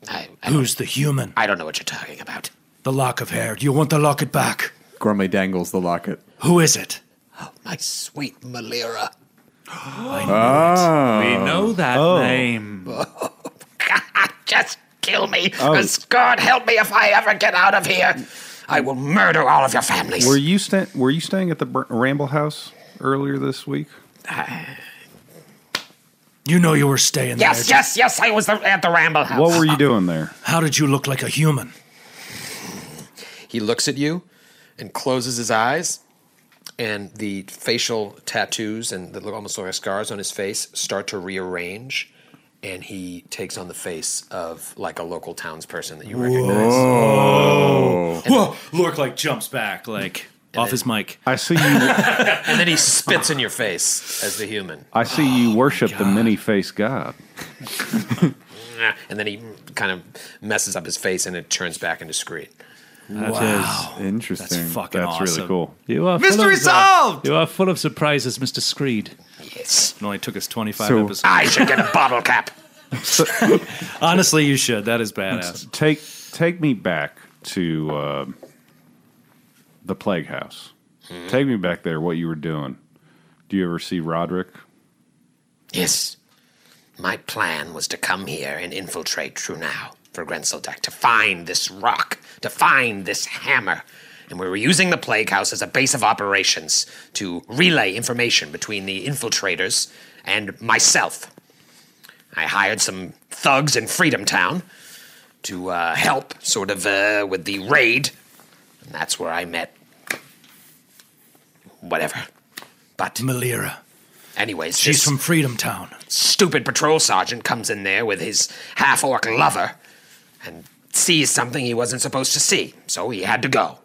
[SPEAKER 5] I, I,
[SPEAKER 9] Who's the human?
[SPEAKER 5] I don't know what you're talking about.
[SPEAKER 9] The lock of hair. Do you want the locket back?
[SPEAKER 6] Gormley dangles the locket.
[SPEAKER 9] Who is it?
[SPEAKER 5] My sweet Malira.
[SPEAKER 7] We know that name.
[SPEAKER 5] Just kill me, 'cause God help me if I ever get out of here. I will murder all of your families.
[SPEAKER 3] it. Were
[SPEAKER 6] Ah.
[SPEAKER 3] you sta- Were you staying at the Br- Ramble House earlier this week?
[SPEAKER 9] You know you were staying
[SPEAKER 5] yes,
[SPEAKER 9] there.
[SPEAKER 5] yes, yes, I was the, at the Ramble House.
[SPEAKER 3] What were you doing there?
[SPEAKER 9] How did you look like a human?
[SPEAKER 5] He looks at you and closes his eyes, and the facial tattoos and the little- almost like scars on his face start to rearrange, and he takes on the face of like a local townsperson that you recognize.
[SPEAKER 2] Whoa! Lork like jumps back like off his mic.
[SPEAKER 3] I see you.
[SPEAKER 5] And then he spits in your face as the human.
[SPEAKER 3] I see you worship the many faced god.
[SPEAKER 5] And then he kind of messes up his face and it turns back into Screed.
[SPEAKER 6] Interesting.
[SPEAKER 2] Fucking
[SPEAKER 3] That's really
[SPEAKER 2] awesome.
[SPEAKER 3] cool.
[SPEAKER 7] You are
[SPEAKER 2] uh,
[SPEAKER 8] Mystery
[SPEAKER 7] full of,
[SPEAKER 8] solved!
[SPEAKER 7] You are full of surprises, Mr. Screed.
[SPEAKER 5] Yes.
[SPEAKER 2] It only took us 25
[SPEAKER 6] So-
[SPEAKER 2] episodes.
[SPEAKER 5] I should get a bottle cap.
[SPEAKER 2] Honestly, you should. That is badass.
[SPEAKER 3] Take take me back to uh, the plague house. Take me back there. What you were doing? Do you ever see Roderick?
[SPEAKER 5] Yes. My plan was to come here and infiltrate Trunau for Grenzeldeck, to find this rock, to find this hammer. And we were using the Plague House as a base of operations to relay information between the infiltrators and myself. I hired some thugs in Freedom Town to uh, help, sort of, uh, with the raid. And that's where I met. Whatever. But,
[SPEAKER 9] Malira.
[SPEAKER 5] anyways,
[SPEAKER 9] She's
[SPEAKER 5] this-
[SPEAKER 9] from Freedom Town.
[SPEAKER 5] stupid patrol sergeant comes in there with his half orc lover and sees something he wasn't supposed to see, so he had to go.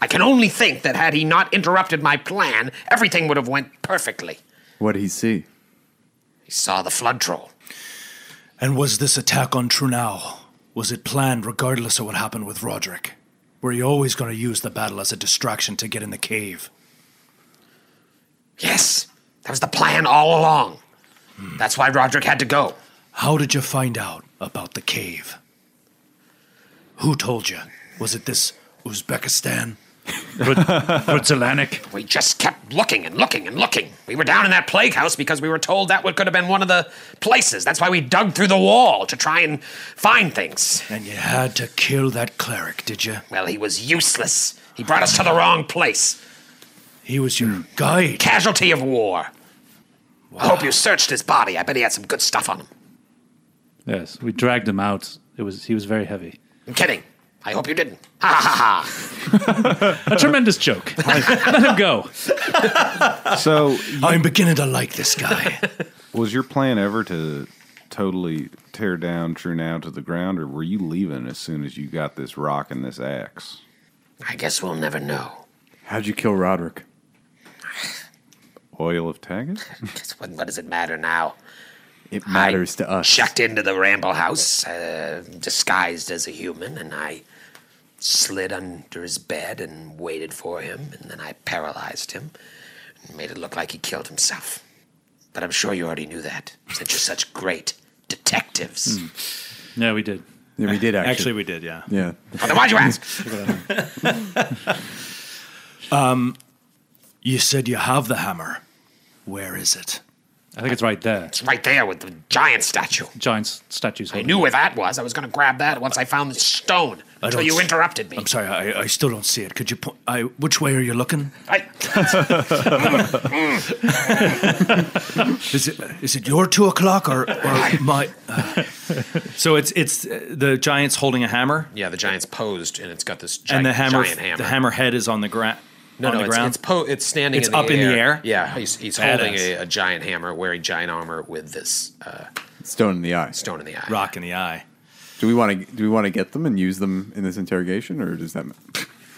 [SPEAKER 5] I can only think that had he not interrupted my plan, everything would have went perfectly.
[SPEAKER 6] What did he see?
[SPEAKER 5] He saw the flood troll.
[SPEAKER 9] And was this attack on Trunau, was it planned regardless of what happened with Roderick? Were you always going to use the battle as a distraction to get in the cave?
[SPEAKER 5] Yes, that was the plan all along. That's why Roderick had to go.
[SPEAKER 9] How did you find out about the cave? Who told you? Was it this Uzbekistan?
[SPEAKER 7] Zelanic.
[SPEAKER 5] We just kept looking and looking and looking. We were down in that plague house because we were told that would could have been one of the places. That's why we dug through the wall to try and find things.
[SPEAKER 9] And you had to kill that cleric, did you?
[SPEAKER 5] Well, he was useless. He brought us to the wrong place.
[SPEAKER 9] He was your
[SPEAKER 4] Hmm.
[SPEAKER 9] guide.
[SPEAKER 5] Casualty of war. I hope you searched his body. I bet he had some good stuff on him.
[SPEAKER 7] Yes, we dragged him out. It was he was very heavy.
[SPEAKER 5] I'm kidding. I hope you didn't. Ha ha ha ha.
[SPEAKER 7] A tremendous joke. Let him go.
[SPEAKER 3] So,
[SPEAKER 9] I'm beginning to like this guy.
[SPEAKER 3] was your plan ever to totally tear down True Now to the ground, or were you leaving as soon as you got this rock and this axe?
[SPEAKER 5] I guess we'll never know.
[SPEAKER 6] How'd you kill Roderick?
[SPEAKER 3] Oil of Taggart?
[SPEAKER 5] Guess What, what does it matter now?
[SPEAKER 6] It matters to us.
[SPEAKER 5] Checked into the Ramble House, uh, disguised as a human, and I slid under his bed and waited for him, and then I paralyzed him and made it look like he killed himself. But I'm sure you already knew that, since you're such great detectives.
[SPEAKER 7] Yeah, we did.
[SPEAKER 6] Yeah, we did actually.
[SPEAKER 2] Actually, we did, yeah.
[SPEAKER 6] yeah.
[SPEAKER 5] Then why'd you ask?
[SPEAKER 9] Um, you said you have the hammer. Where is it?
[SPEAKER 7] I think it's right there.
[SPEAKER 4] It's right there with the giant statue.
[SPEAKER 7] Giant s- statues.
[SPEAKER 4] I knew where that was. I was going to grab that once I found the stone
[SPEAKER 9] I
[SPEAKER 4] until
[SPEAKER 9] don't
[SPEAKER 4] you
[SPEAKER 9] s-
[SPEAKER 4] interrupted me.
[SPEAKER 9] I'm sorry, I, I still don't see it. Could you point? I, which way are you looking? is it is it your two o'clock or, or my?
[SPEAKER 2] So it's it's uh, the giant's holding a hammer,
[SPEAKER 4] Yeah, the giant's posed, and it's got this gi-
[SPEAKER 2] and the hammer,
[SPEAKER 4] giant hammer.
[SPEAKER 2] the hammer head is on the ground.
[SPEAKER 4] No,
[SPEAKER 2] on
[SPEAKER 4] no,
[SPEAKER 2] the
[SPEAKER 4] it's,
[SPEAKER 2] ground.
[SPEAKER 4] it's, po- it's standing.
[SPEAKER 2] It's
[SPEAKER 4] in the
[SPEAKER 2] up
[SPEAKER 4] air.
[SPEAKER 2] in the air?
[SPEAKER 4] Yeah, he's, he's holding a, a giant hammer, wearing giant armor with this uh,
[SPEAKER 6] Stone in the eye.
[SPEAKER 4] stone in the eye.
[SPEAKER 2] rock in the eye.
[SPEAKER 6] Do we want to do we want to get them and use them in this interrogation, or does that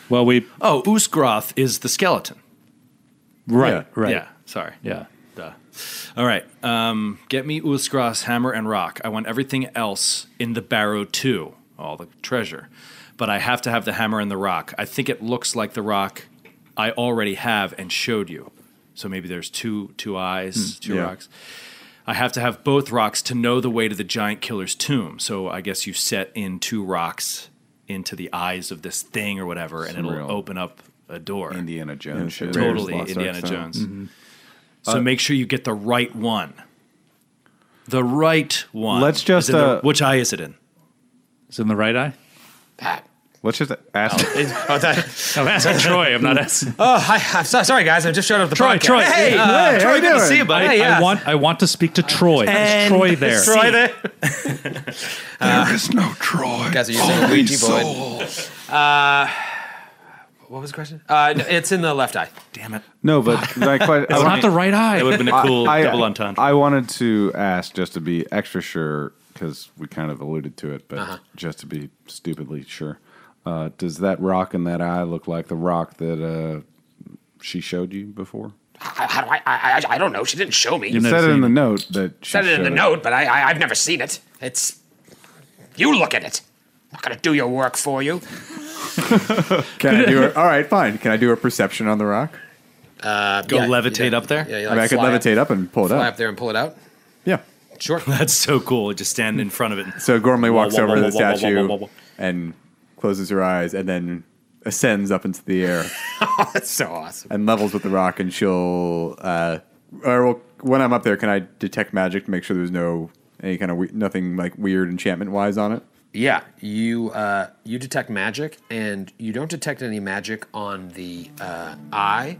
[SPEAKER 7] Well, we
[SPEAKER 2] Oh, Usgroth is the skeleton.
[SPEAKER 7] right, right.
[SPEAKER 2] Yeah, sorry.
[SPEAKER 7] yeah.
[SPEAKER 2] Duh. All right. Um, get me Usgroth's hammer and rock. I want everything else in the barrow too, all the treasure. But I have to have the hammer and the rock. I think it looks like the rock I already have and showed you. So maybe there's two two eyes, two
[SPEAKER 6] yeah.
[SPEAKER 2] rocks. I have to have both rocks to know the way to the giant killer's tomb. So I guess you set in two rocks into the eyes of this thing or whatever, and it'll
[SPEAKER 3] real
[SPEAKER 2] open up a door
[SPEAKER 3] Indiana Jones
[SPEAKER 6] Yeah,
[SPEAKER 3] shit.
[SPEAKER 6] sure.
[SPEAKER 2] totally
[SPEAKER 6] Raiders of the Lost Ark
[SPEAKER 2] Indiana
[SPEAKER 6] style.
[SPEAKER 2] Jones. So
[SPEAKER 9] uh,
[SPEAKER 2] make sure you get the right one. The right one.
[SPEAKER 3] Let's just,
[SPEAKER 2] Is in the-
[SPEAKER 3] uh,
[SPEAKER 2] which eye is it in?
[SPEAKER 7] It's in the right eye.
[SPEAKER 4] That.
[SPEAKER 3] Let's just ask.
[SPEAKER 4] Oh, that-
[SPEAKER 7] Oh, that's Troy. I'm not.
[SPEAKER 4] oh, hi, I'm so, sorry, guys. I just showed up at the
[SPEAKER 7] Troy,
[SPEAKER 4] podcast.
[SPEAKER 7] Troy,
[SPEAKER 4] Hey,
[SPEAKER 7] hey,
[SPEAKER 4] uh,
[SPEAKER 6] hey, how
[SPEAKER 4] Troy,
[SPEAKER 6] you
[SPEAKER 4] good to
[SPEAKER 6] doing?
[SPEAKER 4] see you, buddy. Hey, yeah.
[SPEAKER 7] I want. I want to speak to Troy. Is Troy there?
[SPEAKER 4] Troy there.
[SPEAKER 9] There is no Troy.
[SPEAKER 4] Guys are using Ouija board. Uh, what was the question? Uh, n- it's in the left eye.
[SPEAKER 3] no, but like, quite,
[SPEAKER 7] It's not the right eye.
[SPEAKER 2] That would have been a cool
[SPEAKER 3] I,
[SPEAKER 2] double entendre.
[SPEAKER 3] I wanted to ask just to be extra sure because we kind of alluded to it, but
[SPEAKER 4] Uh-huh.
[SPEAKER 3] just to be stupidly sure. Uh, does that rock in that eye look like the rock that uh, she showed you before?
[SPEAKER 4] How, how do I, I, I? I don't know. She didn't show me.
[SPEAKER 3] You
[SPEAKER 7] never
[SPEAKER 3] said it
[SPEAKER 7] seen
[SPEAKER 3] in the note that she
[SPEAKER 4] said it in
[SPEAKER 3] showed
[SPEAKER 4] the note, but I, I, I've never seen it. It's. You look at it. I'm not going to do your work for you.
[SPEAKER 6] Can I do? A, all right, fine. Can I do a perception on the rock?
[SPEAKER 2] Go levitate up there.
[SPEAKER 4] Yeah, you
[SPEAKER 6] I mean, I
[SPEAKER 4] like
[SPEAKER 6] could
[SPEAKER 4] fly up-
[SPEAKER 6] levitate up, and pull it
[SPEAKER 4] Fly
[SPEAKER 6] up.
[SPEAKER 4] up there and pull it out.
[SPEAKER 6] Yeah.
[SPEAKER 4] Sure.
[SPEAKER 2] That's so cool. Just stand in front of it. and-
[SPEAKER 6] So Gormley walks
[SPEAKER 2] whoa,
[SPEAKER 6] over
[SPEAKER 2] whoa,
[SPEAKER 6] to the
[SPEAKER 2] whoa, whoa, whoa,
[SPEAKER 6] statue
[SPEAKER 2] whoa, whoa.
[SPEAKER 6] and closes her eyes, and then ascends up into the air
[SPEAKER 4] That's so awesome.
[SPEAKER 6] and levels with the rock. And she'll, uh, or well, when I'm up there, can I detect magic to make sure there's no any kind of we- nothing like weird enchantment wise on it?
[SPEAKER 4] Yeah, you uh, you detect magic, and you don't detect any magic on the uh, eye,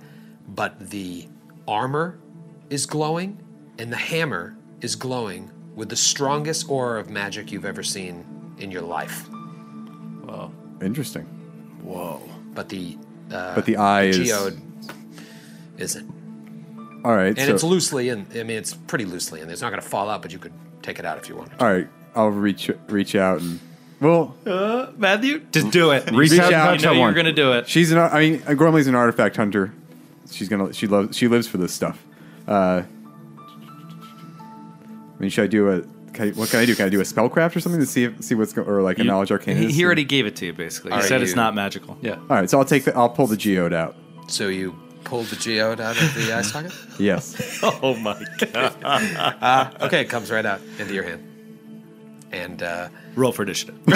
[SPEAKER 4] but the armor is glowing, and the hammer is glowing with the strongest aura of magic you've ever seen in your life.
[SPEAKER 6] Interesting.
[SPEAKER 4] But the
[SPEAKER 2] Uh,
[SPEAKER 6] but the eye is
[SPEAKER 4] geode isn't,
[SPEAKER 6] all right.
[SPEAKER 4] and
[SPEAKER 6] so,
[SPEAKER 4] it's loosely in. I mean, it's pretty loosely in. It's not going to fall out, but you could take it out if you wanted. to.
[SPEAKER 6] all right. I'll reach reach out and well,
[SPEAKER 2] Matthew, just do it.
[SPEAKER 3] Reach
[SPEAKER 6] Reach
[SPEAKER 2] You
[SPEAKER 6] out.
[SPEAKER 3] out, and touch
[SPEAKER 2] know you're
[SPEAKER 3] someone.
[SPEAKER 2] gonna do it.
[SPEAKER 6] She's an. I mean, Gormley's an artifact hunter. She's gonna. She loves. She lives for this stuff. Uh, I mean, should I do a? Can I, what can I do? Can I do a spellcraft or something to see if, see what's going or like a knowledge arcana?
[SPEAKER 2] He, he already gave it to you. Basically, he
[SPEAKER 4] Alright,
[SPEAKER 2] said it's
[SPEAKER 4] you-
[SPEAKER 2] not magical.
[SPEAKER 7] Yeah.
[SPEAKER 6] All right, so I'll take. The, I'll pull the geode out.
[SPEAKER 4] So you pulled the geode out of the eye socket.
[SPEAKER 6] Yes.
[SPEAKER 2] Oh my god.
[SPEAKER 4] Okay, it comes right out into your hand, and. Uh,
[SPEAKER 2] Roll for initiative.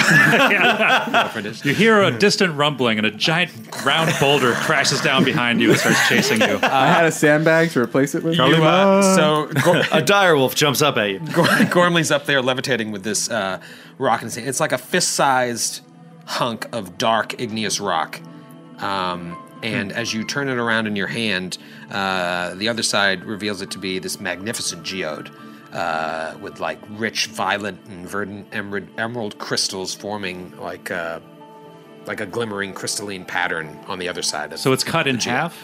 [SPEAKER 7] You hear a distant rumbling, and a giant round boulder crashes down behind you and starts chasing you.
[SPEAKER 6] I had a sandbag to replace it with.
[SPEAKER 4] You, uh, so Gor-
[SPEAKER 2] A dire wolf jumps up at you.
[SPEAKER 4] Gor- Gormley's up there levitating with this uh, rock and sand. It's like a fist-sized hunk of dark igneous rock. Um, and as you turn it around in your hand, uh, the other side reveals it to be this magnificent geode uh, with like rich violet and verdant emerald, emerald crystals forming like a, like a glimmering crystalline pattern on the other side. Of
[SPEAKER 7] So it's cut in half.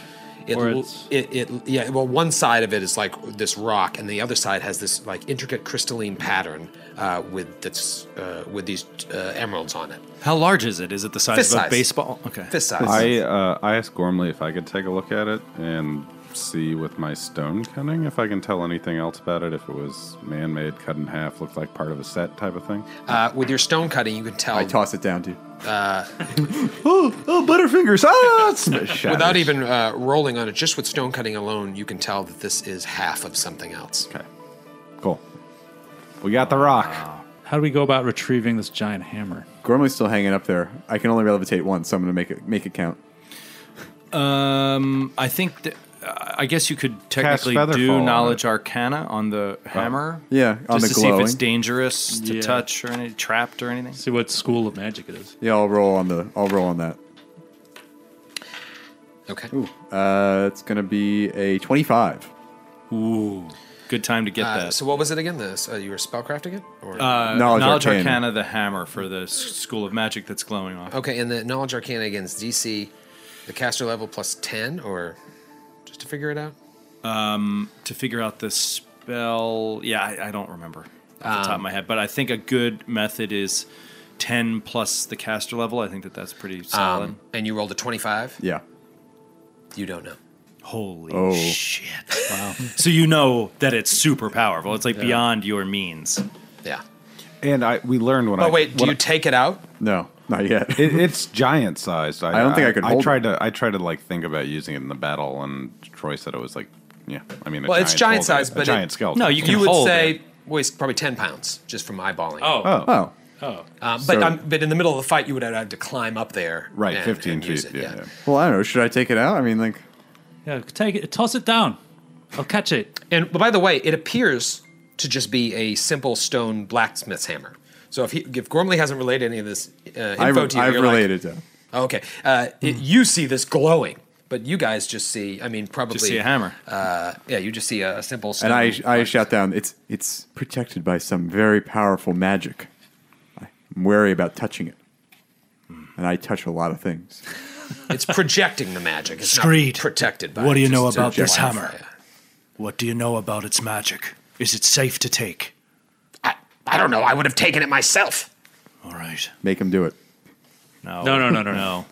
[SPEAKER 4] it,
[SPEAKER 7] or
[SPEAKER 4] l-
[SPEAKER 7] it's-
[SPEAKER 4] it, it, yeah. Well, one side of it is like this rock, and the other side has this like intricate crystalline pattern uh, with that's uh, with these uh, emeralds on it.
[SPEAKER 2] How large is it? Is it the size
[SPEAKER 4] Fist
[SPEAKER 2] of a
[SPEAKER 4] size.
[SPEAKER 2] baseball? Okay.
[SPEAKER 4] Fist size.
[SPEAKER 3] I uh, I asked Gormley if I could take a look at it and see with my stone cutting if I can tell anything else about it. If it was man made, cut in half, looked like part of a set type of thing.
[SPEAKER 4] Uh, with your stone cutting, you can tell
[SPEAKER 6] I toss it down to. you.
[SPEAKER 2] Uh,
[SPEAKER 3] Oh, Butterfingers! Ah, it's
[SPEAKER 4] without even uh, rolling on it. Just with stone cutting alone, you can tell that this is half of something else.
[SPEAKER 3] Okay, cool. We got the rock.
[SPEAKER 7] How do we go about retrieving this giant hammer?
[SPEAKER 6] Gormley's still hanging up there. I can only levitate once, so I'm gonna make it make it count.
[SPEAKER 2] Um, I think that. uh, I guess you could technically
[SPEAKER 3] Featherfall
[SPEAKER 2] do
[SPEAKER 3] on
[SPEAKER 2] knowledge arcana on the hammer.
[SPEAKER 6] Yeah,
[SPEAKER 2] just
[SPEAKER 6] on the
[SPEAKER 2] to see if
[SPEAKER 6] glowing.
[SPEAKER 2] it's dangerous to
[SPEAKER 7] Yeah.
[SPEAKER 2] touch or any trapped or anything.
[SPEAKER 7] See what school of magic it is.
[SPEAKER 6] Yeah, I'll roll on the. I'll roll on that.
[SPEAKER 4] Okay.
[SPEAKER 6] Uh, it's gonna be a twenty-five.
[SPEAKER 2] Ooh, good time to get
[SPEAKER 4] Uh,
[SPEAKER 2] that.
[SPEAKER 4] so what was it again? This uh, you were spellcrafting it, or
[SPEAKER 2] Uh,
[SPEAKER 6] Knowledge Arcana.
[SPEAKER 2] the hammer for the s- school of magic that's glowing off.
[SPEAKER 4] okay, and the knowledge arcana against DC, the caster level plus ten, or just to figure it out.
[SPEAKER 2] To figure out the spell, yeah, I, I don't remember off the top of my head, but I think a good method is ten plus the caster level. I think that that's pretty solid.
[SPEAKER 4] Um, and you rolled a twenty-five.
[SPEAKER 6] Yeah.
[SPEAKER 4] You don't know.
[SPEAKER 2] Holy
[SPEAKER 6] Oh.
[SPEAKER 2] shit! Wow. so you know that it's super powerful. It's like beyond your means.
[SPEAKER 4] Yeah.
[SPEAKER 3] And I we learned when I.
[SPEAKER 4] But wait, do
[SPEAKER 3] when
[SPEAKER 4] you take it out?
[SPEAKER 6] No, not yet.
[SPEAKER 3] It, it's giant sized.
[SPEAKER 6] I don't think I could
[SPEAKER 3] I
[SPEAKER 6] hold
[SPEAKER 3] tried to. I tried to like think about using it in the battle, and Troy said it was like, yeah. I mean, a
[SPEAKER 4] Well, it's
[SPEAKER 3] giant's
[SPEAKER 4] giant
[SPEAKER 3] holding
[SPEAKER 4] sized,
[SPEAKER 3] a
[SPEAKER 4] but it-
[SPEAKER 3] giant skeleton.
[SPEAKER 2] No, you can
[SPEAKER 4] You would
[SPEAKER 2] hold
[SPEAKER 4] say
[SPEAKER 2] it.
[SPEAKER 4] weighs probably ten pounds just from eyeballing.
[SPEAKER 7] Oh,
[SPEAKER 3] Oh,
[SPEAKER 6] oh,
[SPEAKER 4] um, but
[SPEAKER 6] so-
[SPEAKER 4] um, but in the middle of the fight, you would have to climb up there.
[SPEAKER 3] right,
[SPEAKER 4] and-
[SPEAKER 3] fifteen
[SPEAKER 4] and use
[SPEAKER 3] feet.
[SPEAKER 4] it,
[SPEAKER 3] yeah, yeah.
[SPEAKER 6] well, I don't know. Should I take it out? I mean, like,
[SPEAKER 7] Yeah, take it, toss it down. I'll catch it.
[SPEAKER 4] And by the way, it appears to just be a simple stone blacksmith's hammer. So if he, if Gormley hasn't relayed any of this uh, info
[SPEAKER 6] I've,
[SPEAKER 4] to you,
[SPEAKER 6] I've
[SPEAKER 4] you're like,
[SPEAKER 6] related to.
[SPEAKER 4] "Oh, okay, uh,
[SPEAKER 3] Hmm.
[SPEAKER 4] it, you see this glowing, but you guys just see. I mean, probably
[SPEAKER 2] Just see a hammer.
[SPEAKER 4] Uh, yeah, you just see a, a simple stone.
[SPEAKER 6] And I, I shout down. It's it's protected by some very powerful magic. I'm wary about touching it. And I touch a lot of things.
[SPEAKER 4] it's projecting the magic. It's not
[SPEAKER 9] Screed,
[SPEAKER 4] protected by.
[SPEAKER 9] what
[SPEAKER 4] it,
[SPEAKER 9] do you know
[SPEAKER 4] just
[SPEAKER 9] about this
[SPEAKER 4] projects.
[SPEAKER 9] hammer?
[SPEAKER 4] Yeah.
[SPEAKER 9] What do you know about its magic? Is it safe to take?
[SPEAKER 5] I, I don't know. I would have taken it myself.
[SPEAKER 9] All right.
[SPEAKER 6] Make him do it.
[SPEAKER 2] No,
[SPEAKER 7] No, no, no, no, no.
[SPEAKER 2] no.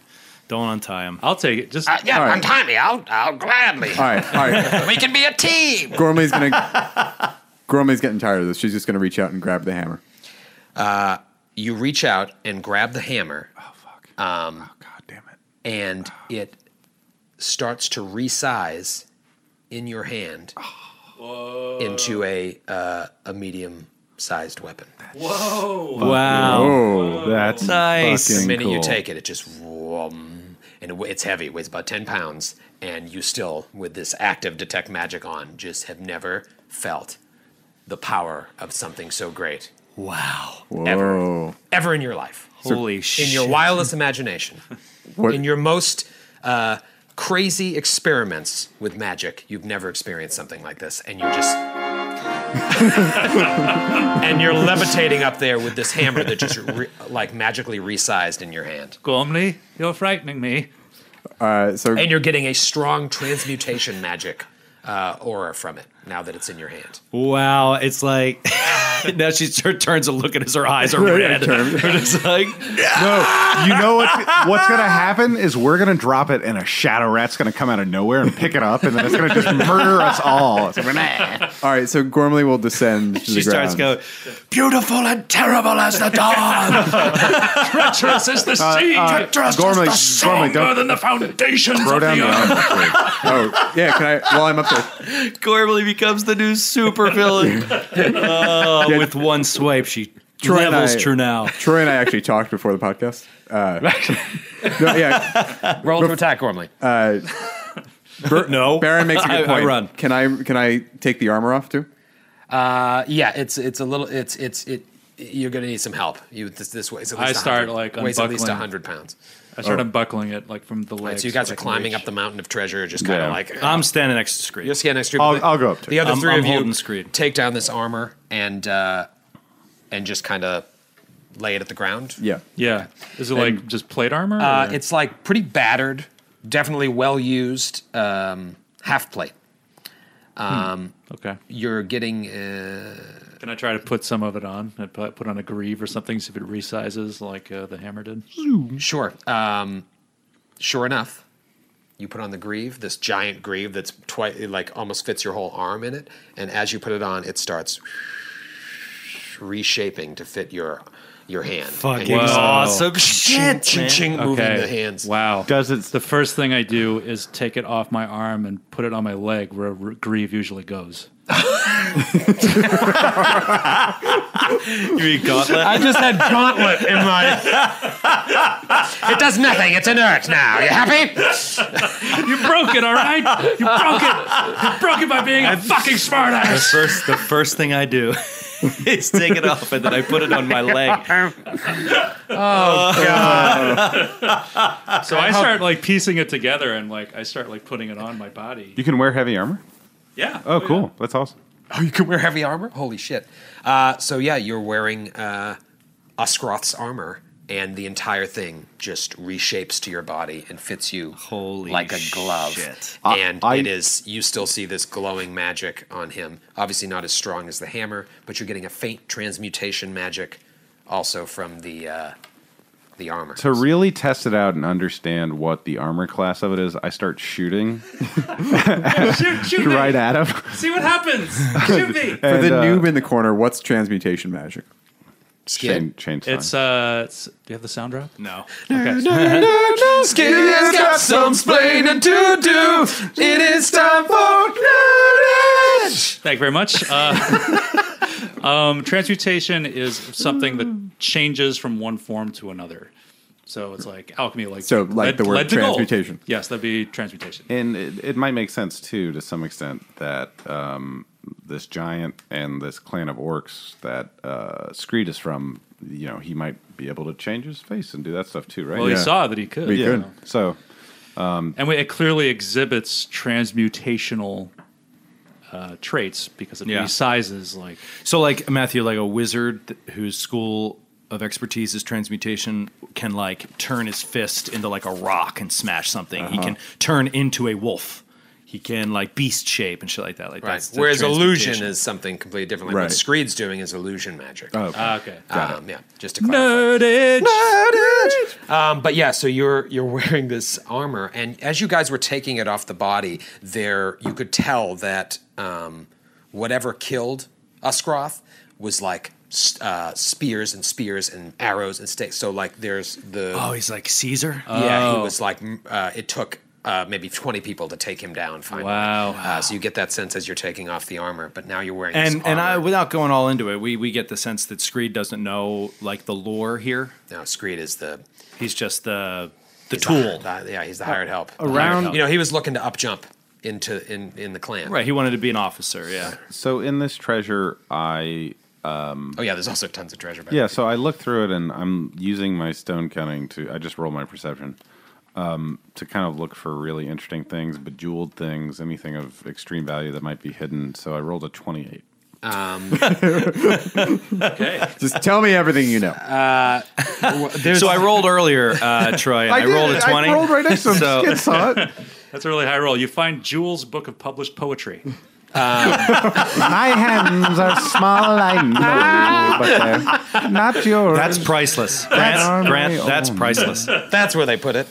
[SPEAKER 2] Don't untie him.
[SPEAKER 7] I'll take it. Just
[SPEAKER 5] Uh, yeah,
[SPEAKER 6] All right.
[SPEAKER 5] untie me. I'll, I'll gladly.
[SPEAKER 6] All right, all right.
[SPEAKER 5] We can be a team.
[SPEAKER 6] Gormley's gonna. Gormley's getting tired of this. She's just gonna reach out and grab the hammer.
[SPEAKER 4] You reach out and grab the hammer. Oh fuck! Um,
[SPEAKER 3] God damn it.
[SPEAKER 4] and it starts to resize in your hand into a uh, a medium sized weapon.
[SPEAKER 2] Wow.
[SPEAKER 3] Oh, that's
[SPEAKER 2] Nice.
[SPEAKER 3] fucking
[SPEAKER 4] The minute you
[SPEAKER 3] cool.
[SPEAKER 4] take it, it just vroom, and it, w- it's heavy, weighs about ten pounds, and you still, with this active detect magic on, just have never felt the power of something so great
[SPEAKER 2] Wow.
[SPEAKER 6] Whoa.
[SPEAKER 4] ever in your life.
[SPEAKER 2] Holy shit.
[SPEAKER 4] in your wildest imagination, in your most uh, crazy experiments with magic, you've never experienced something like this, and you're just and you're levitating up there with this hammer that just re- like magically resized in your hand,
[SPEAKER 7] Gormley, you're frightening me.
[SPEAKER 6] Uh, so
[SPEAKER 4] and you're getting a strong transmutation magic uh, aura from it now that it's in your hand.
[SPEAKER 2] Wow, it's like now she tur- turns and look at us. Her eyes are red. We're just like
[SPEAKER 3] No, you know what's, what's going to happen is we're going to drop it, and a shadow rat's going to come out of nowhere and pick it up, and then it's going to just murder us all. It's like, "Nah."
[SPEAKER 6] all right, so Gormley will descend. To
[SPEAKER 2] she
[SPEAKER 6] the ground.
[SPEAKER 2] starts going.
[SPEAKER 9] Beautiful and terrible as the dawn.
[SPEAKER 7] Treacherous is the sea.
[SPEAKER 9] Treacherous
[SPEAKER 6] Gormley,
[SPEAKER 9] as the
[SPEAKER 6] Gormley,
[SPEAKER 9] stronger
[SPEAKER 6] don't-
[SPEAKER 9] than the foundations
[SPEAKER 6] Throw
[SPEAKER 9] of
[SPEAKER 6] down
[SPEAKER 9] the
[SPEAKER 6] the
[SPEAKER 9] earth.
[SPEAKER 6] hammer. Oh yeah, can I? While I'm up there,
[SPEAKER 2] Gormley becomes the new super villain. Oh, with one swipe, she
[SPEAKER 6] Troy and
[SPEAKER 2] levels
[SPEAKER 6] I-
[SPEAKER 2] true now.
[SPEAKER 6] Troy and I actually talked before the podcast. Uh, no, yeah,
[SPEAKER 4] Roll to attack, Gormley.
[SPEAKER 2] No,
[SPEAKER 6] Baron makes a good
[SPEAKER 2] I- I
[SPEAKER 6] point.
[SPEAKER 2] run.
[SPEAKER 6] Can I can I take the armor off too?
[SPEAKER 4] Uh, yeah, it's it's a little it's it's it. You're gonna need some help. You this this way.
[SPEAKER 7] I start, like,
[SPEAKER 4] weighs at least
[SPEAKER 7] unbuckling.
[SPEAKER 4] hundred pounds.
[SPEAKER 7] I start unbuckling it like from the legs.
[SPEAKER 4] so you guys
[SPEAKER 7] so
[SPEAKER 4] are
[SPEAKER 7] I can
[SPEAKER 4] climbing
[SPEAKER 7] reach.
[SPEAKER 4] up the mountain of treasure, just kind of
[SPEAKER 3] Yeah.
[SPEAKER 4] like
[SPEAKER 2] I'm standing next to Screed.
[SPEAKER 4] you're standing next to.
[SPEAKER 3] I'll- I'll go up to
[SPEAKER 4] The
[SPEAKER 3] it.
[SPEAKER 4] other
[SPEAKER 2] I'm-
[SPEAKER 4] 3
[SPEAKER 2] I'm
[SPEAKER 4] of you
[SPEAKER 2] holding Screed.
[SPEAKER 4] take down this armor and uh, and just kind of lay it at the ground.
[SPEAKER 6] Yeah.
[SPEAKER 7] Yeah. Is it like just plate armor?
[SPEAKER 4] Uh,
[SPEAKER 7] or-
[SPEAKER 4] it's like pretty battered, definitely well used um, half plate.
[SPEAKER 7] okay.
[SPEAKER 4] You're getting uh,
[SPEAKER 7] Can I try to put some of it on? I put put on a greave or something, see if it resizes like uh, the hammer did.
[SPEAKER 4] Sure. Um, sure enough, you put on the greave, this giant greave that's twi- it, like almost fits your whole arm in it, and as you put it on, it starts reshaping to fit your your hand.
[SPEAKER 2] Fucking
[SPEAKER 7] Wow.
[SPEAKER 2] awesome
[SPEAKER 4] Ching,
[SPEAKER 2] Oh, shit,
[SPEAKER 4] ching,
[SPEAKER 2] man.
[SPEAKER 4] ching, moving the hands.
[SPEAKER 7] Wow.
[SPEAKER 3] Does it-
[SPEAKER 7] The first thing I do is take it off my arm and put it on my leg where a r- greave usually goes.
[SPEAKER 2] You mean gauntlet?
[SPEAKER 4] I just had gauntlet in my. It does nothing. It's inert now. You happy?
[SPEAKER 7] You broke it, all right? You broke it. You broke it by being a fucking
[SPEAKER 2] The
[SPEAKER 7] smartass.
[SPEAKER 2] first, the first thing I do is take it off, and then I put it on my leg. Oh,
[SPEAKER 7] So I start like piecing it together and like I start like putting it on my body.
[SPEAKER 3] You can wear heavy armor.
[SPEAKER 7] Yeah.
[SPEAKER 3] Oh, cool. That's awesome.
[SPEAKER 4] Oh, you can wear heavy armor? Holy shit. Uh, so, yeah, you're wearing uh, Osroth's armor, and the entire thing just reshapes to your body and fits you
[SPEAKER 2] Holy
[SPEAKER 4] like a glove.
[SPEAKER 2] shit.
[SPEAKER 4] And
[SPEAKER 3] Uh, I- I-
[SPEAKER 4] it is, you still see this glowing magic on him. Obviously, not as strong as the hammer, but you're getting a faint transmutation magic also from the. Uh, the armor.
[SPEAKER 3] To really test it out and understand what the armor class of it is, I start shooting
[SPEAKER 7] Shoot, shoot me.
[SPEAKER 3] right at him.
[SPEAKER 7] See what happens. Shoot me.
[SPEAKER 6] For the
[SPEAKER 3] And, uh,
[SPEAKER 6] noob in the corner, what's transmutation magic?
[SPEAKER 3] Chain, chain
[SPEAKER 7] It's uh it's, do you have the sound drop?
[SPEAKER 2] No.
[SPEAKER 10] Skinny's got some splaining to do. It is time for knowledge.
[SPEAKER 7] Thank you very much. Uh, um, transmutation is something that changes from one form to another. So it's like alchemy, like
[SPEAKER 6] So, like the word
[SPEAKER 7] to gold.
[SPEAKER 6] transmutation.
[SPEAKER 7] Yes, that'd be transmutation.
[SPEAKER 3] and it, it might make sense too to some extent that um, this giant and this clan of orcs that uh, Screed is from, you know, he might be able to change his face and do that stuff too, right?
[SPEAKER 7] Well, he
[SPEAKER 3] Yeah.
[SPEAKER 7] saw that he could,
[SPEAKER 6] We
[SPEAKER 7] you
[SPEAKER 6] could.
[SPEAKER 7] know.
[SPEAKER 3] So
[SPEAKER 7] and we, it clearly exhibits transmutational uh, traits because it
[SPEAKER 2] Yeah.
[SPEAKER 7] resizes like
[SPEAKER 2] So, like Matthew, like a wizard th- whose school of expertise is transmutation can like turn his fist into like a rock and smash something. He can turn into a wolf. He can like beast shape and shit like that. Like
[SPEAKER 4] Right.
[SPEAKER 2] that's the
[SPEAKER 4] Whereas illusion
[SPEAKER 2] transmutation. Oh,
[SPEAKER 4] is something completely different. Like
[SPEAKER 6] Right.
[SPEAKER 4] What Screed's doing is illusion magic.
[SPEAKER 7] ah, okay.
[SPEAKER 4] um, yeah, just to clarify. Um, but yeah, so you're you're wearing this armor, and as you guys were taking it off the body, there you could tell that um, whatever killed Uskroth was like s- uh, spears and spears and arrows and stakes. So like there's the
[SPEAKER 2] Oh, he's like Caesar.
[SPEAKER 4] yeah,
[SPEAKER 2] Oh.
[SPEAKER 4] he was like m- uh, it took. Uh, maybe 20 people to take him down finally.
[SPEAKER 7] Wow.
[SPEAKER 4] Uh, so you get that sense as you're taking off the armor, but now you're wearing this
[SPEAKER 2] and and I,
[SPEAKER 4] armor.
[SPEAKER 2] without going all into it, we we get the sense that Screed doesn't know like the lore here.
[SPEAKER 4] No, Screed is the
[SPEAKER 2] He's just the the
[SPEAKER 4] he's the
[SPEAKER 2] tool.
[SPEAKER 4] hired- the- yeah, he's the hired help. The hired
[SPEAKER 3] Uh, around-
[SPEAKER 4] help. you know, he was looking to up jump into in in the clan.
[SPEAKER 2] Right, he wanted to be an officer. Yeah,
[SPEAKER 3] so in this treasure, I
[SPEAKER 4] Oh yeah, there's also tons of treasure. Back
[SPEAKER 3] yeah. So I look through it and I'm using my stone cutting to. I just roll my perception um, to kind of look for really interesting things, bejeweled things, anything of extreme value that might be hidden. So I rolled a twenty-eight.
[SPEAKER 6] Um. Just tell me everything you know.
[SPEAKER 2] so I rolled earlier, uh, Troy. And I, rolled a twenty.
[SPEAKER 6] I rolled right next to him.
[SPEAKER 2] So-
[SPEAKER 6] Skid saw it.
[SPEAKER 7] That's a really high roll. You find Jules' book of published poetry.
[SPEAKER 6] My hands are small, I know, but they're not yours.
[SPEAKER 2] That's priceless. Grant,
[SPEAKER 6] my
[SPEAKER 2] Grant that's
[SPEAKER 6] own.
[SPEAKER 2] priceless.
[SPEAKER 4] That's where they put it.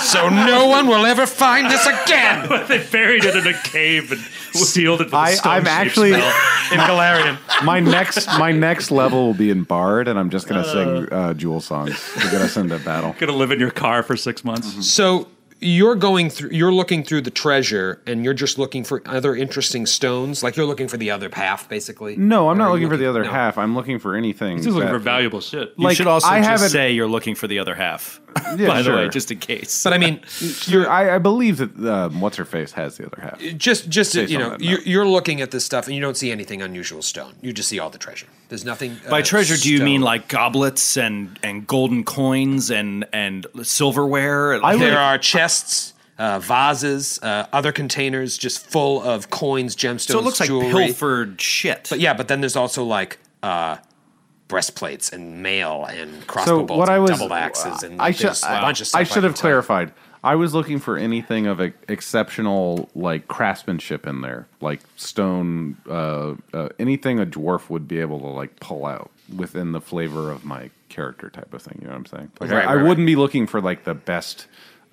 [SPEAKER 4] so no one will ever find this again.
[SPEAKER 7] they buried it in a cave and sealed it with a
[SPEAKER 6] I,
[SPEAKER 7] stone
[SPEAKER 6] I'm
[SPEAKER 7] shaped
[SPEAKER 6] actually
[SPEAKER 7] spell.
[SPEAKER 4] In Galarian.
[SPEAKER 3] my next my next level will be in Bard, and I'm just gonna sing uh, Jewel songs to get us into battle.
[SPEAKER 7] gonna live in your car for six months.
[SPEAKER 4] So you're going through you're looking through the treasure and you're just looking for other interesting stones. Like you're looking for the other half, basically.
[SPEAKER 3] No, I'm
[SPEAKER 4] Or
[SPEAKER 3] not
[SPEAKER 4] are you
[SPEAKER 3] looking for the other
[SPEAKER 4] no.
[SPEAKER 3] half. I'm looking for anything.
[SPEAKER 7] He's looking
[SPEAKER 3] that-
[SPEAKER 7] for valuable shit.
[SPEAKER 3] Like,
[SPEAKER 2] you should also
[SPEAKER 3] I haven't-
[SPEAKER 2] just say you're looking for the other half.
[SPEAKER 3] Yeah,
[SPEAKER 2] by the way,
[SPEAKER 3] sure.
[SPEAKER 2] just in case.
[SPEAKER 4] But I mean,
[SPEAKER 3] You're- I, I believe that um, what's her face has the other half.
[SPEAKER 4] just just
[SPEAKER 3] Based
[SPEAKER 4] you
[SPEAKER 3] on
[SPEAKER 4] know,
[SPEAKER 3] that, no.
[SPEAKER 4] you're, you're looking at this stuff and you don't see anything unusual stone. You just see all the treasure. There's nothing.
[SPEAKER 2] By
[SPEAKER 4] uh,
[SPEAKER 2] treasure, do you mean
[SPEAKER 4] stone.
[SPEAKER 2] like goblets and and golden coins and and silverware?
[SPEAKER 4] there are chests, uh, vases, uh, other containers just full of coins, gemstones,
[SPEAKER 2] so it looks like
[SPEAKER 4] jewelry.
[SPEAKER 2] pilfered shit.
[SPEAKER 4] But yeah, but then there's also like uh, breastplates and mail and crossbow
[SPEAKER 3] So
[SPEAKER 4] bolts
[SPEAKER 3] what
[SPEAKER 4] and
[SPEAKER 3] I was,
[SPEAKER 4] double axes and
[SPEAKER 3] I
[SPEAKER 4] like,
[SPEAKER 3] should,
[SPEAKER 4] there's a
[SPEAKER 3] I,
[SPEAKER 4] bunch of stuff.
[SPEAKER 3] I should have
[SPEAKER 4] can tell.
[SPEAKER 3] clarified. I was looking for anything of ex- exceptional like craftsmanship in there, like stone, uh, uh, anything a dwarf would be able to like pull out within the flavor of my character type of thing. You know what I'm saying? Like, I,
[SPEAKER 4] Right,
[SPEAKER 3] I
[SPEAKER 4] right,
[SPEAKER 3] wouldn't be looking for like the best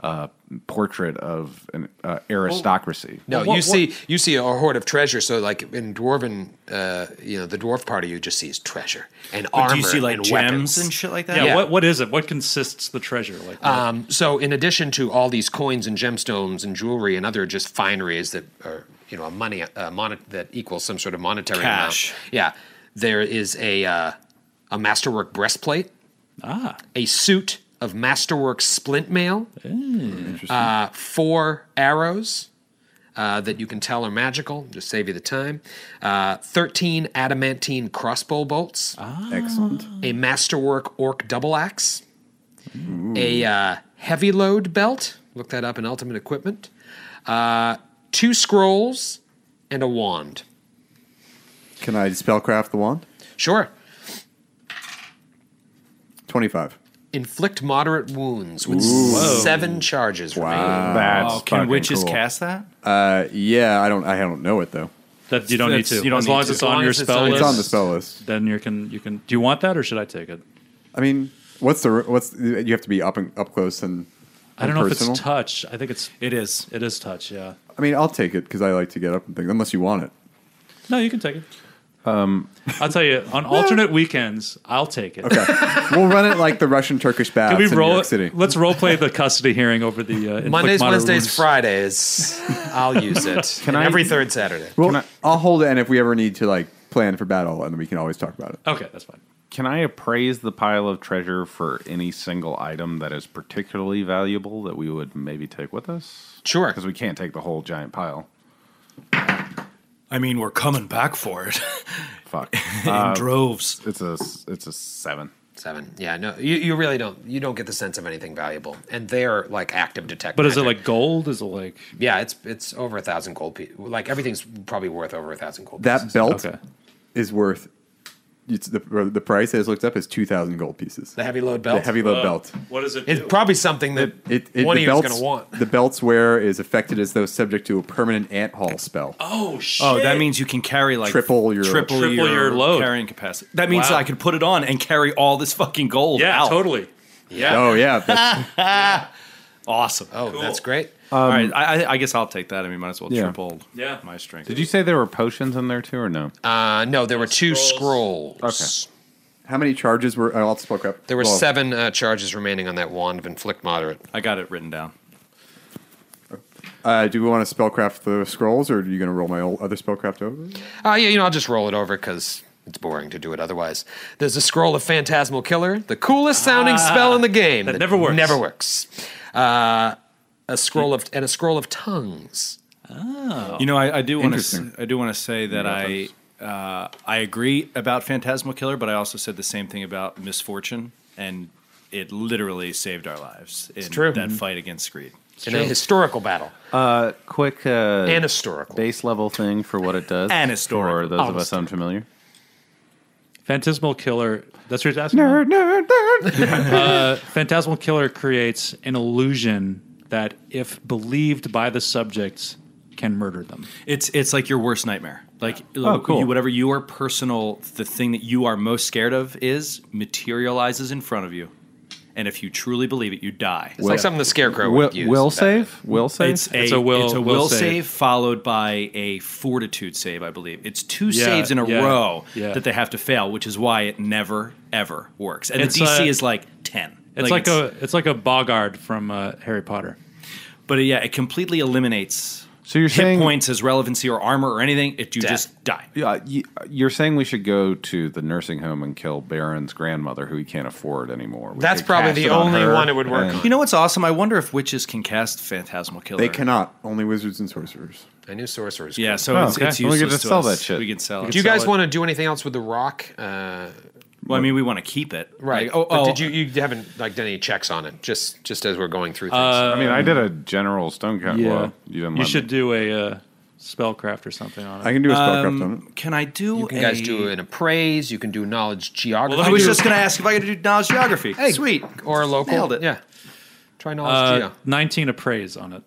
[SPEAKER 3] uh, portrait of an uh, aristocracy.
[SPEAKER 4] No, you see, you see a horde of treasure. So, like in dwarven, uh, you know, the dwarf party, you just see is treasure and armor.
[SPEAKER 2] do you see like
[SPEAKER 4] and
[SPEAKER 2] gems
[SPEAKER 4] weapons.
[SPEAKER 2] and shit like that? Oh,
[SPEAKER 7] Yeah,
[SPEAKER 4] Yeah.
[SPEAKER 7] What what is it? What consists the treasure? Like
[SPEAKER 4] Um, so, in addition to all these coins and gemstones and jewelry and other just fineries that are, you know, a money uh, mon- that equals some sort of monetary
[SPEAKER 2] Cash.
[SPEAKER 4] amount. Yeah, there is a uh, a masterwork breastplate
[SPEAKER 7] Ah.
[SPEAKER 4] a suit of masterwork splint mail, uh, four arrows uh, that you can tell are magical, just save you the time, uh, 13 adamantine crossbow bolts,
[SPEAKER 6] Excellent.
[SPEAKER 4] a masterwork orc double axe, a uh, heavy load belt, look that up in Ultimate Equipment, uh, two scrolls, and a wand.
[SPEAKER 6] Can I spellcraft the wand?
[SPEAKER 4] Sure.
[SPEAKER 6] 25.
[SPEAKER 4] Inflict moderate wounds with seven charges remaining.
[SPEAKER 3] That's
[SPEAKER 2] Oh, can
[SPEAKER 3] fucking
[SPEAKER 2] witches
[SPEAKER 3] cool.
[SPEAKER 2] cast that?
[SPEAKER 6] Uh, yeah, I don't I don't know it though.
[SPEAKER 7] That you don't
[SPEAKER 2] That's-
[SPEAKER 7] need to.
[SPEAKER 2] you don't
[SPEAKER 7] as long
[SPEAKER 2] need
[SPEAKER 7] as
[SPEAKER 2] to.
[SPEAKER 7] it's
[SPEAKER 2] As
[SPEAKER 7] on
[SPEAKER 4] long
[SPEAKER 7] your
[SPEAKER 4] as it's
[SPEAKER 7] spell
[SPEAKER 4] on
[SPEAKER 7] list.
[SPEAKER 6] It's on the spell list.
[SPEAKER 7] Then you can you can. Do you want that or should I take it?
[SPEAKER 6] I mean, what's the what's you have to be up and up close and
[SPEAKER 7] I don't know if
[SPEAKER 6] Personal?
[SPEAKER 7] it's touch. I think it's
[SPEAKER 2] It is.
[SPEAKER 7] it is touch. Yeah.
[SPEAKER 6] I mean, I'll take it because I like to get up and things unless you want it.
[SPEAKER 7] No, you can take it. Um, I'll tell you on alternate weekends, I'll take it.
[SPEAKER 6] Okay. we'll run it like the Russian Turkish baths
[SPEAKER 7] Can we
[SPEAKER 6] in New
[SPEAKER 7] roll
[SPEAKER 6] York
[SPEAKER 7] it?
[SPEAKER 6] City.
[SPEAKER 7] Let's role play the custody hearing over the uh, inflict
[SPEAKER 4] Mondays,
[SPEAKER 7] moderate
[SPEAKER 4] Wednesdays,
[SPEAKER 7] wounds.
[SPEAKER 4] Fridays. I'll use it.
[SPEAKER 3] Can
[SPEAKER 4] And
[SPEAKER 3] I-
[SPEAKER 4] every third Saturday.
[SPEAKER 6] Well, I'll hold it, and if we ever need to like plan for battle, and we can always talk about it.
[SPEAKER 7] Okay, that's fine.
[SPEAKER 3] Can I appraise the pile of treasure for any single item that is particularly valuable that we would maybe take with us?
[SPEAKER 4] Sure.
[SPEAKER 3] Because we can't take the whole giant pile.
[SPEAKER 9] I mean, we're coming back for it
[SPEAKER 3] Fuck.
[SPEAKER 9] in
[SPEAKER 6] Uh,
[SPEAKER 9] droves.
[SPEAKER 3] it's a it's a seven.
[SPEAKER 4] Seven. Yeah, no, you, you really don't. You don't get the sense of anything valuable. And they're like active detect.
[SPEAKER 7] But is it
[SPEAKER 4] magic.
[SPEAKER 7] like gold? Is it like
[SPEAKER 4] Yeah, it's it's over a thousand gold. Pe- like everything's probably worth over a thousand gold.
[SPEAKER 6] That
[SPEAKER 4] pieces.
[SPEAKER 6] belt
[SPEAKER 7] Okay.
[SPEAKER 6] is worth it's the the price I just looked up is two thousand gold pieces.
[SPEAKER 4] the
[SPEAKER 6] The,
[SPEAKER 4] heavy load belt.
[SPEAKER 6] heavy load belt.
[SPEAKER 7] what is it?
[SPEAKER 4] It's probably something that
[SPEAKER 6] It, it
[SPEAKER 4] one
[SPEAKER 6] the
[SPEAKER 4] of you is
[SPEAKER 6] belts,
[SPEAKER 4] going to want.
[SPEAKER 6] The belt's wear is affected as though subject to a permanent ant haul spell.
[SPEAKER 7] oh shit!
[SPEAKER 2] Oh, that means you can carry like
[SPEAKER 6] Triple your-
[SPEAKER 2] triple,
[SPEAKER 7] Triple
[SPEAKER 2] your,
[SPEAKER 7] your load.
[SPEAKER 2] carrying capacity. That means
[SPEAKER 7] Wow.
[SPEAKER 2] I could put it on and carry all this fucking gold.
[SPEAKER 7] yeah,
[SPEAKER 2] out.
[SPEAKER 7] totally.
[SPEAKER 4] Yeah.
[SPEAKER 6] Oh yeah, that's,
[SPEAKER 2] Awesome.
[SPEAKER 4] Oh, that's great.
[SPEAKER 2] all right. I, I- I guess I'll take that. I mean, might as well
[SPEAKER 3] Yeah.
[SPEAKER 2] triple.
[SPEAKER 7] Yeah.
[SPEAKER 2] my strength.
[SPEAKER 3] Did you say there were potions in there too, or no?
[SPEAKER 4] Uh, no, there were two scrolls.
[SPEAKER 3] Okay.
[SPEAKER 6] how many charges were? Oh, I'll spell crap.
[SPEAKER 4] There were
[SPEAKER 6] Well,
[SPEAKER 4] seven uh, charges remaining on that wand of inflict moderate.
[SPEAKER 2] I got it written down.
[SPEAKER 6] Uh, do we want to spellcraft the scrolls, or are you going to roll my old other spellcraft over?
[SPEAKER 4] Uh, yeah, you know, I'll just roll it over because it's boring to do it otherwise. There's a scroll of Phantasmal Killer, the coolest sounding spell in the game. That,
[SPEAKER 7] never works.
[SPEAKER 4] Never works. Uh, a scroll of and a scroll of tongues.
[SPEAKER 2] You know, I, I do want to.
[SPEAKER 6] Interesting.
[SPEAKER 2] I do want to say that I. Uh, I agree about Phantasmal Killer, but I also said the same thing about Misfortune, and it literally saved our lives. It's
[SPEAKER 4] true.
[SPEAKER 3] Mm-hmm.
[SPEAKER 2] that fight against Screed.
[SPEAKER 4] in a historical battle.
[SPEAKER 3] Uh, quick uh,
[SPEAKER 4] and historical.
[SPEAKER 3] base level thing for what it does.
[SPEAKER 2] An historical.
[SPEAKER 3] For those of us unfamiliar.
[SPEAKER 7] Phantasmal Killer. That's what you're asking. about? Uh, Phantasmal Killer creates an illusion that, if believed by the subjects, can murder them.
[SPEAKER 2] It's it's like your worst nightmare. Like
[SPEAKER 3] Oh, cool.
[SPEAKER 2] you- whatever your personal the thing that you are most scared of is materializes in front of you. And if you truly believe it, you die.
[SPEAKER 4] it's like something the Scarecrow
[SPEAKER 3] Will,
[SPEAKER 4] would use.
[SPEAKER 3] will
[SPEAKER 4] in Batman.
[SPEAKER 3] save? Will save?
[SPEAKER 2] It's a,
[SPEAKER 7] It's a will-
[SPEAKER 2] it's a
[SPEAKER 7] will
[SPEAKER 2] will
[SPEAKER 7] save.
[SPEAKER 2] save. followed by a fortitude save, I believe. It's two
[SPEAKER 7] Yeah,
[SPEAKER 2] saves in a
[SPEAKER 7] yeah,
[SPEAKER 2] row
[SPEAKER 7] yeah.
[SPEAKER 2] that they have to fail, which is why it never ever works. And
[SPEAKER 7] It's,
[SPEAKER 2] the DC
[SPEAKER 7] uh,
[SPEAKER 2] is like ten.
[SPEAKER 7] It's like, a it's like a Bogard from uh, Harry Potter.
[SPEAKER 2] but uh, yeah, it completely eliminates
[SPEAKER 3] So you're
[SPEAKER 2] hit
[SPEAKER 3] saying-
[SPEAKER 2] points as relevancy or armor or anything. It you just die.
[SPEAKER 3] Yeah, y- you're saying we should go to the nursing home and kill Baron's grandmother, who he can't afford anymore. We
[SPEAKER 4] That's
[SPEAKER 3] could
[SPEAKER 4] probably
[SPEAKER 3] cast
[SPEAKER 4] the
[SPEAKER 3] it on
[SPEAKER 4] only
[SPEAKER 3] her
[SPEAKER 4] one it would work
[SPEAKER 3] and-
[SPEAKER 2] You know what's awesome? I wonder if witches can cast Phantasmal Killer.
[SPEAKER 6] They cannot. Only wizards and sorcerers.
[SPEAKER 4] I knew sorcerers.
[SPEAKER 2] Yeah,
[SPEAKER 4] could.
[SPEAKER 2] so
[SPEAKER 3] Oh,
[SPEAKER 2] it's,
[SPEAKER 3] okay.
[SPEAKER 2] it's
[SPEAKER 3] Well, we
[SPEAKER 2] useless
[SPEAKER 3] could just
[SPEAKER 2] to
[SPEAKER 3] sell
[SPEAKER 2] us.
[SPEAKER 3] that shit.
[SPEAKER 2] We can sell it.
[SPEAKER 4] Do you guys want to do anything else with the rock? Uh,
[SPEAKER 2] Well, I mean, we want to keep it,
[SPEAKER 4] right.
[SPEAKER 2] Like, oh,
[SPEAKER 4] But
[SPEAKER 2] oh,
[SPEAKER 4] did you you haven't like done any checks on it? Just just as we're going through things.
[SPEAKER 3] I mean, I did a general stone count. Yeah. Well, you didn't. let me.
[SPEAKER 7] should do a uh, spellcraft or something on it.
[SPEAKER 6] I can do a spellcraft
[SPEAKER 4] Um,
[SPEAKER 6] on it.
[SPEAKER 2] Can I do?
[SPEAKER 4] you guys do an appraise. You can do knowledge geography.
[SPEAKER 2] I was just going to ask if I could do knowledge geography.
[SPEAKER 4] Hey,
[SPEAKER 2] sweet.
[SPEAKER 4] or local.
[SPEAKER 2] Nailed it.
[SPEAKER 4] Yeah. Try
[SPEAKER 7] Uh,
[SPEAKER 4] knowledge geo.
[SPEAKER 7] 19 appraise on it.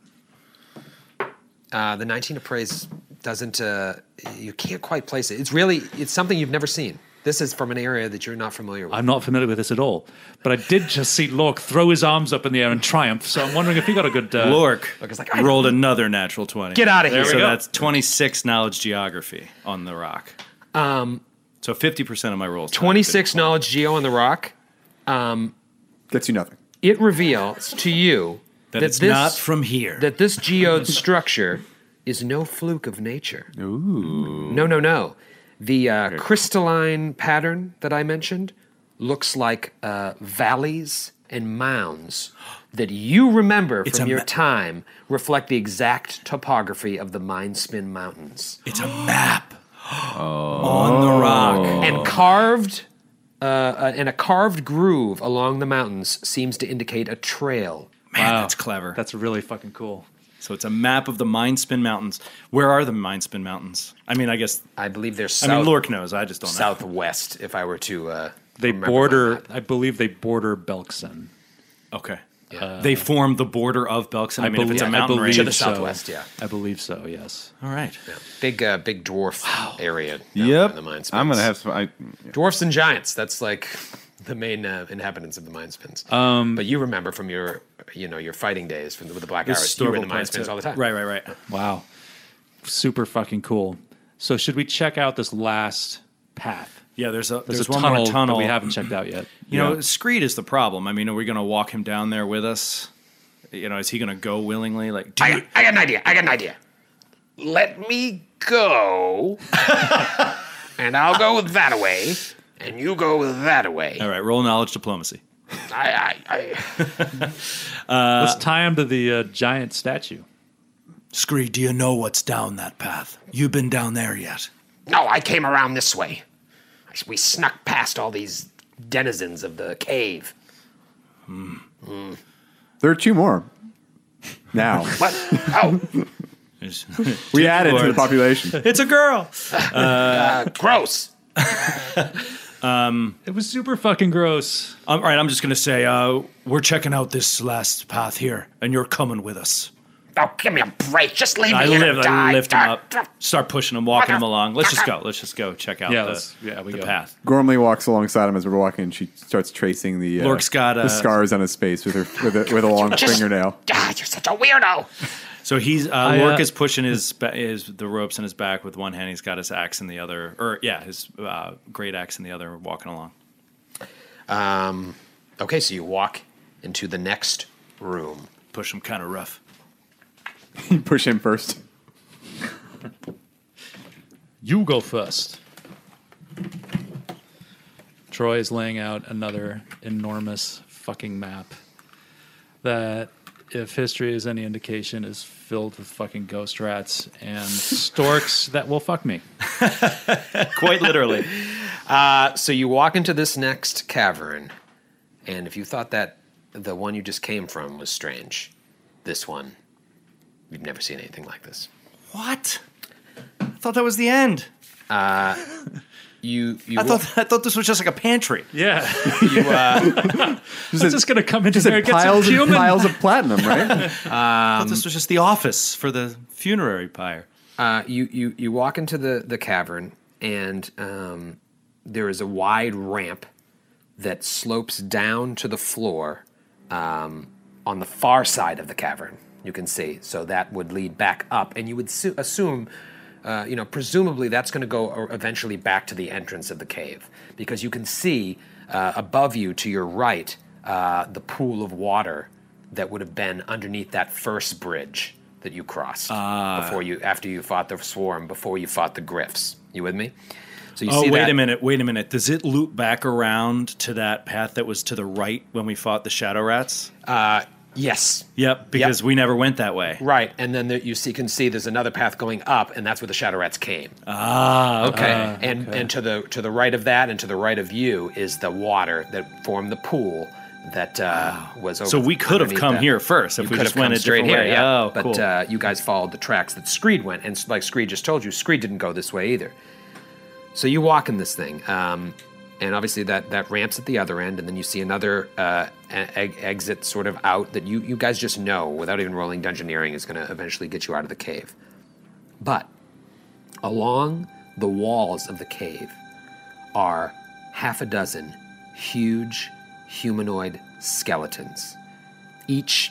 [SPEAKER 4] Uh, the 19 appraise doesn't. Uh, you can't quite place it. It's really it's something you've never seen. This is from an area that you're not familiar with.
[SPEAKER 7] I'm not familiar with this at all, but I did just see Lork throw his arms up in the air in triumph. So I'm wondering if he got a good. Uh,
[SPEAKER 2] Lork
[SPEAKER 4] it's like, I
[SPEAKER 2] rolled another natural twenty.
[SPEAKER 4] Get outta here.
[SPEAKER 2] So
[SPEAKER 4] There we go.
[SPEAKER 2] that's twenty six knowledge geography on the rock. Um, so fifty percent of my rolls.
[SPEAKER 4] 26 knowledge geo on the rock.
[SPEAKER 6] Gets you nothing.
[SPEAKER 4] It reveals to you that,
[SPEAKER 2] That it's
[SPEAKER 4] this
[SPEAKER 2] not from here.
[SPEAKER 4] that this geode structure is no fluke of nature. Ooh. No, no, no. The uh, crystalline pattern that I mentioned looks like uh, valleys and mounds that you remember
[SPEAKER 2] It's
[SPEAKER 4] from
[SPEAKER 2] a
[SPEAKER 4] your
[SPEAKER 2] ma-
[SPEAKER 4] time reflect the exact topography of the Mine Spin Mountains.
[SPEAKER 2] It's a map on the rock.
[SPEAKER 4] and carved uh, uh, and a carved groove along the mountains seems to indicate a trail.
[SPEAKER 2] Man, that's clever.
[SPEAKER 7] That's really fucking cool.
[SPEAKER 2] So it's a map of the Mindspin Mountains. Where are the Mindspin Mountains? I mean, I guess.
[SPEAKER 4] I believe there's
[SPEAKER 2] I
[SPEAKER 4] south,
[SPEAKER 2] mean, Lork knows. I just don't know.
[SPEAKER 4] southwest. If I were to, uh,
[SPEAKER 7] They
[SPEAKER 4] remember my
[SPEAKER 7] border.
[SPEAKER 4] map.
[SPEAKER 7] I believe they border Belkson.
[SPEAKER 2] Okay. Uh, they form the border of Belkson. I, mean, if it's a
[SPEAKER 7] belie-
[SPEAKER 2] mountain range.
[SPEAKER 4] To the southwest, yeah.
[SPEAKER 7] I believe so. Yes.
[SPEAKER 2] All right.
[SPEAKER 4] big, uh, big dwarf area. down there
[SPEAKER 3] Yep.
[SPEAKER 4] in the mine
[SPEAKER 3] I'm
[SPEAKER 4] spins.
[SPEAKER 3] gonna have some. I,
[SPEAKER 4] dwarfs and giants. That's like the main uh, inhabitants of the mine spins. but you remember from your, you know, your fighting days from the, with the black arrows. You were in the mine spins all the time.
[SPEAKER 2] Right, right, right.
[SPEAKER 7] Wow. Super fucking cool. So should we check out this last path?
[SPEAKER 2] Yeah, there's a
[SPEAKER 7] There's,
[SPEAKER 2] there's,
[SPEAKER 7] a
[SPEAKER 2] one
[SPEAKER 7] tunnel,
[SPEAKER 2] more tunnel.
[SPEAKER 7] that we haven't checked out yet.
[SPEAKER 2] You know, Screed is the problem. I mean, are we going to walk him down there with us? You know, is he going to go willingly? Like, do
[SPEAKER 5] I
[SPEAKER 2] you,
[SPEAKER 5] got, I got an idea. I got an idea. Let me go, and I'll go that way, and you go that way.
[SPEAKER 2] all right, roll knowledge diplomacy.
[SPEAKER 5] I, I, I,
[SPEAKER 7] Let's tie him to the uh, giant statue.
[SPEAKER 9] Scree, do you know what's down that path? You been down there yet?
[SPEAKER 5] no, oh, I came around this way. I- We snuck past all these denizens of the cave.
[SPEAKER 6] There are two more. Now
[SPEAKER 5] What? Oh,
[SPEAKER 2] It's,
[SPEAKER 6] we added to the population.
[SPEAKER 2] it's a girl.
[SPEAKER 5] gross.
[SPEAKER 7] It was super fucking gross.
[SPEAKER 2] Um, all right, I'm just going to say, uh,
[SPEAKER 9] We're checking out this last path here, and you're coming with us.
[SPEAKER 5] Oh, give me a break. Just leave me
[SPEAKER 2] I
[SPEAKER 5] here to
[SPEAKER 2] lift,
[SPEAKER 5] die. Ah,
[SPEAKER 2] I lift him up, start pushing him, walking him along. Let's just go. Let's just go check out
[SPEAKER 7] Yeah,
[SPEAKER 2] the,
[SPEAKER 7] let's- yeah, we
[SPEAKER 2] the
[SPEAKER 7] go.
[SPEAKER 2] path.
[SPEAKER 6] Gormley walks alongside him as we're walking, and she starts tracing the uh,
[SPEAKER 2] Lork's got, uh,
[SPEAKER 6] the scars on his face with her with a, with a long
[SPEAKER 5] Just-
[SPEAKER 6] fingernail.
[SPEAKER 5] Ah, you're such a weirdo.
[SPEAKER 2] So he's uh,
[SPEAKER 7] I, uh,
[SPEAKER 2] Lork is pushing his, ba- his the ropes in his back with one hand. He's got his axe in the other, or yeah, his uh, great axe in the other, walking along.
[SPEAKER 4] Um, okay, so you walk into the next room.
[SPEAKER 2] Push him kind of rough.
[SPEAKER 6] Push him first.
[SPEAKER 7] You go first. Troy is laying out another enormous fucking map that, if history is any indication, is filled with fucking ghost rats and storks that will fuck me.
[SPEAKER 2] Quite literally.
[SPEAKER 4] So you walk into this next cavern, and if you thought that the one you just came from was strange, this one, you've never seen anything like this.
[SPEAKER 2] what? I thought that was the end.
[SPEAKER 4] You, you
[SPEAKER 2] I thought I thought this was just like a pantry.
[SPEAKER 7] Yeah.
[SPEAKER 4] you, uh,
[SPEAKER 7] I'm just going to come into
[SPEAKER 6] He said
[SPEAKER 7] there and get some
[SPEAKER 6] piles and
[SPEAKER 7] human.
[SPEAKER 6] piles of platinum, right?
[SPEAKER 2] I thought this was just the office for the funerary pyre.
[SPEAKER 4] uh, you, you, you walk into the, the cavern, and um, there is a wide ramp that slopes down to the floor um, on the far side of the cavern. You can see, so that would lead back up, and you would su- assume, uh, you know, presumably that's going to go or- eventually back to the entrance of the cave, because you can see uh, above you to your right uh, the pool of water that would have been underneath that first bridge that you crossed
[SPEAKER 2] Ah.
[SPEAKER 4] before you after you fought the swarm, before you fought the griffs. You with me? So you
[SPEAKER 2] Oh, wait
[SPEAKER 4] that-
[SPEAKER 2] a minute, wait a minute. Does it loop back around to that path that was to the right when we fought the shadow rats?
[SPEAKER 4] Yes.
[SPEAKER 2] Yep, because we never went that way.
[SPEAKER 4] Right, and then there, you see, can see there's another path going up, and that's where the shadow rats came. Ah, okay. and and to the to the right of that, and to the right of you is the water that formed the pool that uh, was. Over
[SPEAKER 2] So we could have
[SPEAKER 4] underneath
[SPEAKER 2] come
[SPEAKER 4] that.
[SPEAKER 2] here first if
[SPEAKER 4] You
[SPEAKER 2] we
[SPEAKER 4] could
[SPEAKER 2] just
[SPEAKER 4] have
[SPEAKER 2] went
[SPEAKER 4] come
[SPEAKER 2] a
[SPEAKER 4] straight
[SPEAKER 2] different
[SPEAKER 4] here,
[SPEAKER 2] way.
[SPEAKER 4] yeah.
[SPEAKER 2] Oh,
[SPEAKER 4] but
[SPEAKER 2] cool.
[SPEAKER 4] uh, you guys followed the tracks that Screed went, and s- like Screed just told you, Screed didn't go this way either. So you walk in this thing, um, and obviously that that ramps at the other end, and then you see another uh, e- e- exit sort of out that you you guys just know without even rolling dungeoneering is going to eventually get you out of the cave. But along the walls of the cave are half a dozen huge humanoid skeletons, each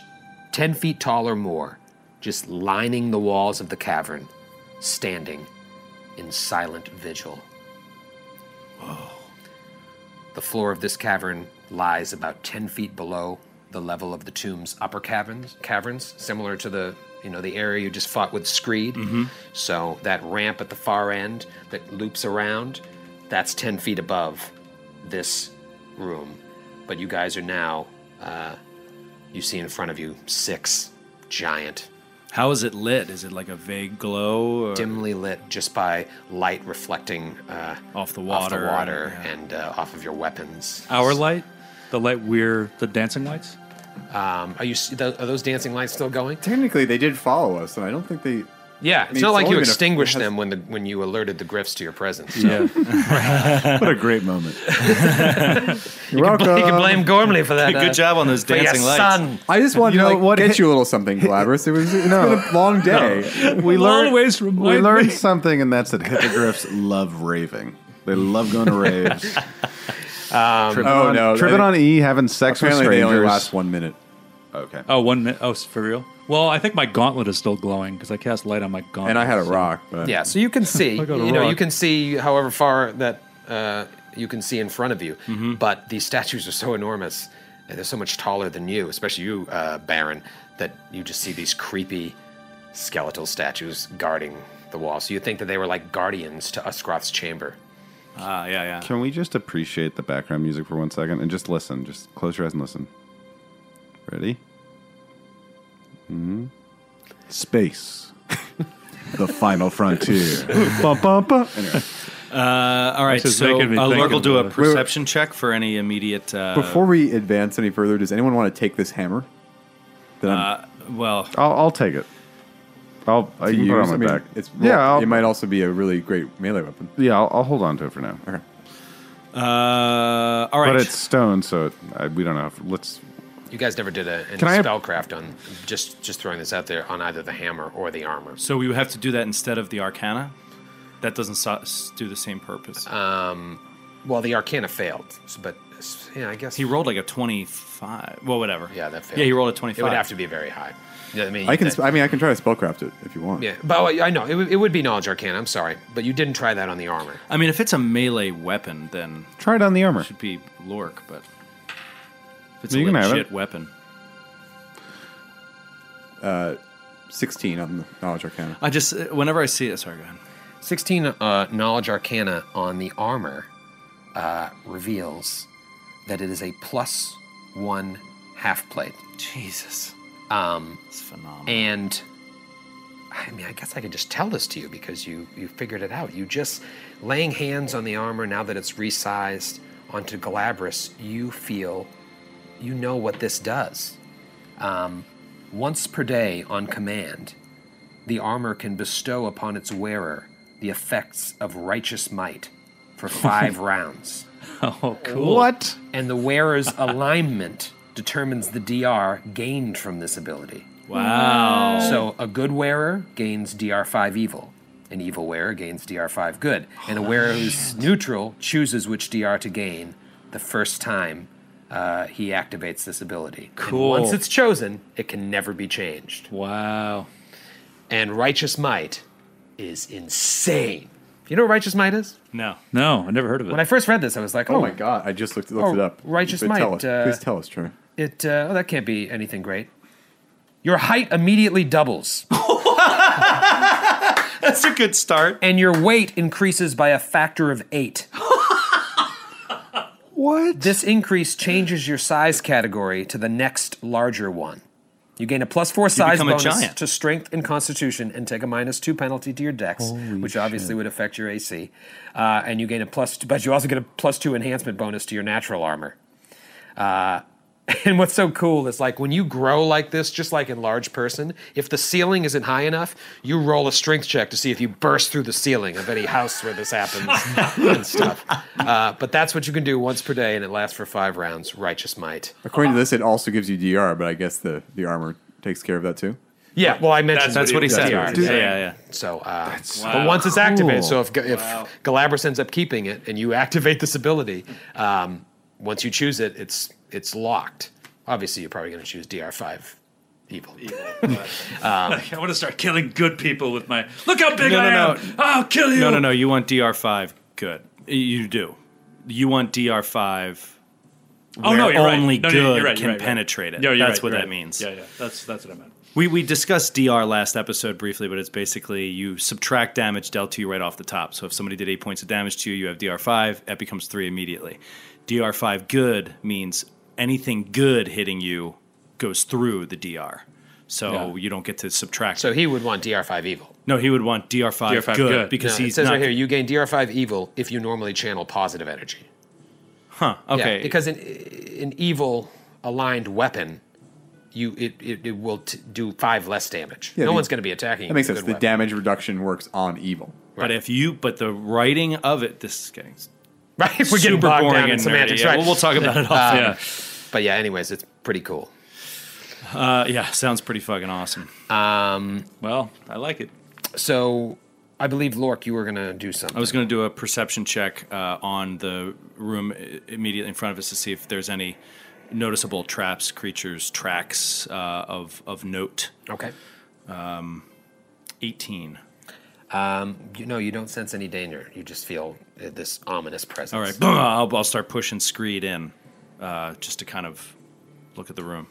[SPEAKER 4] 10 feet tall or more, just lining the walls of the cavern, standing in silent vigil. The floor of this cavern lies about 10 feet below the level of the tomb's upper caverns, caverns similar to the you know the area you just fought with Screed.
[SPEAKER 2] Mm-hmm.
[SPEAKER 4] So that ramp at the far end that loops around, that's 10 feet above this room, but you guys are now. Uh, you see in front of you six giant
[SPEAKER 2] How is it lit? Is it like a vague glow? Or
[SPEAKER 4] dimly lit just by light reflecting uh,
[SPEAKER 2] Off the
[SPEAKER 4] off
[SPEAKER 2] water,
[SPEAKER 4] the water
[SPEAKER 2] yeah.
[SPEAKER 4] and uh, off of your weapons.
[SPEAKER 7] Our light, the light we're the dancing lights.
[SPEAKER 4] Um, are you s- th- are those dancing lights still going?
[SPEAKER 6] Technically, they did follow us, and I don't think they.
[SPEAKER 4] Yeah, it's
[SPEAKER 6] mean,
[SPEAKER 4] not
[SPEAKER 6] it's
[SPEAKER 4] like
[SPEAKER 6] only
[SPEAKER 4] you
[SPEAKER 6] been a-
[SPEAKER 4] extinguished them when the when you alerted the griffs to your presence. So.
[SPEAKER 7] Yeah,
[SPEAKER 3] What a great moment.
[SPEAKER 4] You, can, bl- you can
[SPEAKER 6] Welcome.
[SPEAKER 4] blame Gormley for that.
[SPEAKER 2] Good job on those
[SPEAKER 4] for your
[SPEAKER 2] dancing lights.
[SPEAKER 4] son.
[SPEAKER 6] I just wanted
[SPEAKER 3] You know
[SPEAKER 6] to like,
[SPEAKER 3] what?
[SPEAKER 6] get you a little something, Glabrous. It was it's been a long day.
[SPEAKER 3] We
[SPEAKER 7] learn-
[SPEAKER 3] learned
[SPEAKER 7] always remind
[SPEAKER 3] we learned
[SPEAKER 7] me.
[SPEAKER 3] something, and that's that hippogriffs love raving. They love going to raves.
[SPEAKER 4] Um,
[SPEAKER 3] tripping
[SPEAKER 6] Oh,
[SPEAKER 3] on,
[SPEAKER 6] no,
[SPEAKER 3] tripping
[SPEAKER 6] they-
[SPEAKER 3] on E, having sex with
[SPEAKER 6] Apparently,
[SPEAKER 3] strangers.
[SPEAKER 6] they only last one minute.
[SPEAKER 3] Okay.
[SPEAKER 7] Oh, one minute. Oh, s- for real? Well, I think my gauntlet is still glowing because I cast light on my gauntlet.
[SPEAKER 6] And I had a
[SPEAKER 7] so-
[SPEAKER 6] rock, but
[SPEAKER 4] Yeah, so you can see.
[SPEAKER 7] I got a
[SPEAKER 4] you know, you
[SPEAKER 7] rock.
[SPEAKER 4] can see however far that uh, you can see in front of you. But these statues are so enormous, and they're so much taller than you, especially you, uh, Baron, that you just see these creepy skeletal statues guarding the wall. So you think that they were like guardians to Usgroth's chamber.
[SPEAKER 2] Ah, yeah, yeah.
[SPEAKER 3] Can we just appreciate the background music for one second and just listen? Just close your eyes and listen. Ready? Mm-hmm. Space. the final frontier. Bum, bum, bum. Anyway,
[SPEAKER 2] Uh, all right,
[SPEAKER 7] This is
[SPEAKER 2] so
[SPEAKER 7] making me
[SPEAKER 2] uh,
[SPEAKER 7] think
[SPEAKER 2] Lurk will do
[SPEAKER 7] about
[SPEAKER 2] a
[SPEAKER 7] it.
[SPEAKER 2] perception check for any immediate. Uh,
[SPEAKER 6] Before we advance any further, does anyone want to take this hammer? That I'm
[SPEAKER 2] uh, well,
[SPEAKER 3] I'll, I'll take it. I'll I
[SPEAKER 6] to
[SPEAKER 3] can put it
[SPEAKER 6] use?
[SPEAKER 3] on my
[SPEAKER 6] I mean,
[SPEAKER 3] back.
[SPEAKER 6] It's,
[SPEAKER 3] yeah, I'll,
[SPEAKER 6] it might also be a really great melee weapon.
[SPEAKER 3] yeah. I'll, I'll hold on to it for now.
[SPEAKER 2] uh, all right.
[SPEAKER 3] But it's stone, so it, I, we don't know. If, let's.
[SPEAKER 4] You guys never did a, any
[SPEAKER 3] Can I-
[SPEAKER 4] spellcraft on just just throwing this out there on either the hammer or the armor.
[SPEAKER 2] so we would have to do that instead of the Arcana. That doesn't so- s- do the same purpose.
[SPEAKER 4] Well, the arcana failed, so- but yeah, I guess
[SPEAKER 2] he rolled like a twenty-five. Well, whatever.
[SPEAKER 4] Yeah, that failed.
[SPEAKER 2] Yeah, he rolled a twenty-five.
[SPEAKER 4] It would have to be very high. Yeah, I mean,
[SPEAKER 6] I can.
[SPEAKER 4] that-
[SPEAKER 6] sp I mean, I can try to spellcraft it if you want.
[SPEAKER 4] Yeah, but oh, I- I know it, would- it would be knowledge arcana. I'm sorry, but you didn't try that on the armor.
[SPEAKER 2] I mean, if it's a melee weapon, then
[SPEAKER 3] Try it on the armor.
[SPEAKER 2] it should be Lork. But if it's
[SPEAKER 3] You
[SPEAKER 2] a
[SPEAKER 3] can have
[SPEAKER 2] legit
[SPEAKER 3] it.
[SPEAKER 2] weapon,
[SPEAKER 6] Sixteen on the knowledge arcana.
[SPEAKER 2] I just uh, whenever I see it. Sorry, go ahead.
[SPEAKER 4] 16 uh, knowledge arcana on the armor uh, reveals that it is a plus one half plate.
[SPEAKER 2] Jesus,
[SPEAKER 4] Um,
[SPEAKER 2] it's phenomenal.
[SPEAKER 4] and I mean, I guess I could just tell this to you because you you figured it out. You just laying hands on the armor now that it's resized onto Galabras. You feel, you know what this does. Um, once per day on command, the armor can bestow upon its wearer the effects of righteous might for five rounds
[SPEAKER 7] Oh, cool.
[SPEAKER 3] What?
[SPEAKER 4] and the wearer's alignment determines the DR gained from this ability. Wow. So a good wearer gains DR5 evil. An evil wearer gains DR5 good. And a wearer who's neutral chooses which DR to gain the first time uh, he activates this ability. Cool. once it's chosen, it can never be changed.
[SPEAKER 7] Wow.
[SPEAKER 4] And Righteous Might is insane. You know what Righteous Might is?
[SPEAKER 2] no,
[SPEAKER 7] No, I never heard of it.
[SPEAKER 4] When I first read this, I was like, oh,
[SPEAKER 6] Oh my god! I just looked, looked
[SPEAKER 4] Oh,
[SPEAKER 6] it up.
[SPEAKER 4] righteous
[SPEAKER 6] But Tell us,
[SPEAKER 4] might, uh,
[SPEAKER 6] please tell us, Troy.
[SPEAKER 4] It uh, oh, that can't be anything great. Your height immediately doubles,
[SPEAKER 2] that's a good start.
[SPEAKER 4] and your weight increases by a factor of eight.
[SPEAKER 3] What?
[SPEAKER 4] This increase changes your size category to the next larger one. You gain a plus four size
[SPEAKER 2] become a
[SPEAKER 4] bonus
[SPEAKER 2] giant.
[SPEAKER 4] to strength and constitution, and take a minus two penalty to your dex, which obviously would affect your AC. Uh, and you gain a plus, two, but you also get a plus two enhancement bonus to your natural armor. And what's so cool is like when you grow like this, just like in large person, if the ceiling isn't high enough, you roll a strength check to see if you burst through the ceiling of any house where this happens and stuff. Uh, but that's what you can do once per day, and it lasts for five rounds. Righteous might.
[SPEAKER 6] According to this, it also gives you DR, but I guess the the armor takes care of that too.
[SPEAKER 4] Yeah, well, I mentioned
[SPEAKER 2] That's what he said.
[SPEAKER 4] DR.
[SPEAKER 2] Yeah, yeah, yeah.
[SPEAKER 4] So, uh, but once it's activated, so if if Galabras ends up keeping it and you activate this ability, um, once you choose it, it's it's locked. Obviously, you're probably going to choose DR five evil.
[SPEAKER 7] I want to start killing good people with my. Look how big
[SPEAKER 2] No,
[SPEAKER 7] I
[SPEAKER 2] no,
[SPEAKER 7] am! I'll kill you.
[SPEAKER 2] No, no, no. You want DR5 good. You do. You want DR5.
[SPEAKER 7] Oh no,
[SPEAKER 2] where
[SPEAKER 7] you're right.
[SPEAKER 2] only
[SPEAKER 7] No, no,
[SPEAKER 2] good
[SPEAKER 7] you're right,
[SPEAKER 2] can
[SPEAKER 7] you're right, you're
[SPEAKER 2] penetrate
[SPEAKER 7] right.
[SPEAKER 2] it.
[SPEAKER 7] Yeah, you're
[SPEAKER 2] That's
[SPEAKER 7] right,
[SPEAKER 2] what
[SPEAKER 7] you're
[SPEAKER 2] that
[SPEAKER 7] right.
[SPEAKER 2] means.
[SPEAKER 7] Yeah, yeah, that's that's what I meant.
[SPEAKER 2] We we discussed DR last episode briefly, but it's basically you subtract damage dealt to you right off the top. So if somebody did eight points of damage to you, you have DR five. That becomes three immediately. DR5 good means anything good hitting you goes through the DR. So
[SPEAKER 4] Yeah.
[SPEAKER 2] you don't get to subtract.
[SPEAKER 4] So he would want DR5 evil.
[SPEAKER 2] no, he would want DR5, good,
[SPEAKER 4] DR5 good.
[SPEAKER 2] because
[SPEAKER 4] No,
[SPEAKER 2] he's
[SPEAKER 4] it says
[SPEAKER 2] not
[SPEAKER 4] right here you gain DR5 evil if you normally channel positive energy.
[SPEAKER 2] Huh,
[SPEAKER 4] Yeah,
[SPEAKER 2] okay.
[SPEAKER 4] because an an evil aligned weapon, you it, it, it will t- do five less damage.
[SPEAKER 6] Yeah,
[SPEAKER 4] no
[SPEAKER 6] the-
[SPEAKER 4] one's going to be attacking.
[SPEAKER 6] That
[SPEAKER 4] you
[SPEAKER 6] makes
[SPEAKER 4] with
[SPEAKER 6] sense.
[SPEAKER 4] a
[SPEAKER 6] The
[SPEAKER 4] good weapon.
[SPEAKER 6] damage reduction works on evil.
[SPEAKER 2] but if you but the writing of it this is getting
[SPEAKER 4] right, we're getting
[SPEAKER 2] super
[SPEAKER 4] bogged
[SPEAKER 2] boring
[SPEAKER 4] down in
[SPEAKER 2] and nerdy.
[SPEAKER 4] semantics.
[SPEAKER 2] Yeah,
[SPEAKER 4] right,
[SPEAKER 2] we'll, we'll talk about it off.
[SPEAKER 4] Um, But yeah, anyways, it's pretty cool.
[SPEAKER 2] Uh, yeah, sounds pretty fucking awesome.
[SPEAKER 4] Um,
[SPEAKER 2] Well, I like it.
[SPEAKER 4] so I believe Lork, you were going to do something.
[SPEAKER 2] I was going to do a perception check uh, on the room i- immediately in front of us to see if there's any noticeable traps, creatures, tracks uh, of of note. Um,
[SPEAKER 4] okay.
[SPEAKER 2] Eighteen.
[SPEAKER 4] Um, you know, you don't sense any danger. You just feel uh, this ominous presence.
[SPEAKER 2] All right, I'll, I'll start pushing Screed in, uh, just to kind of look at the room.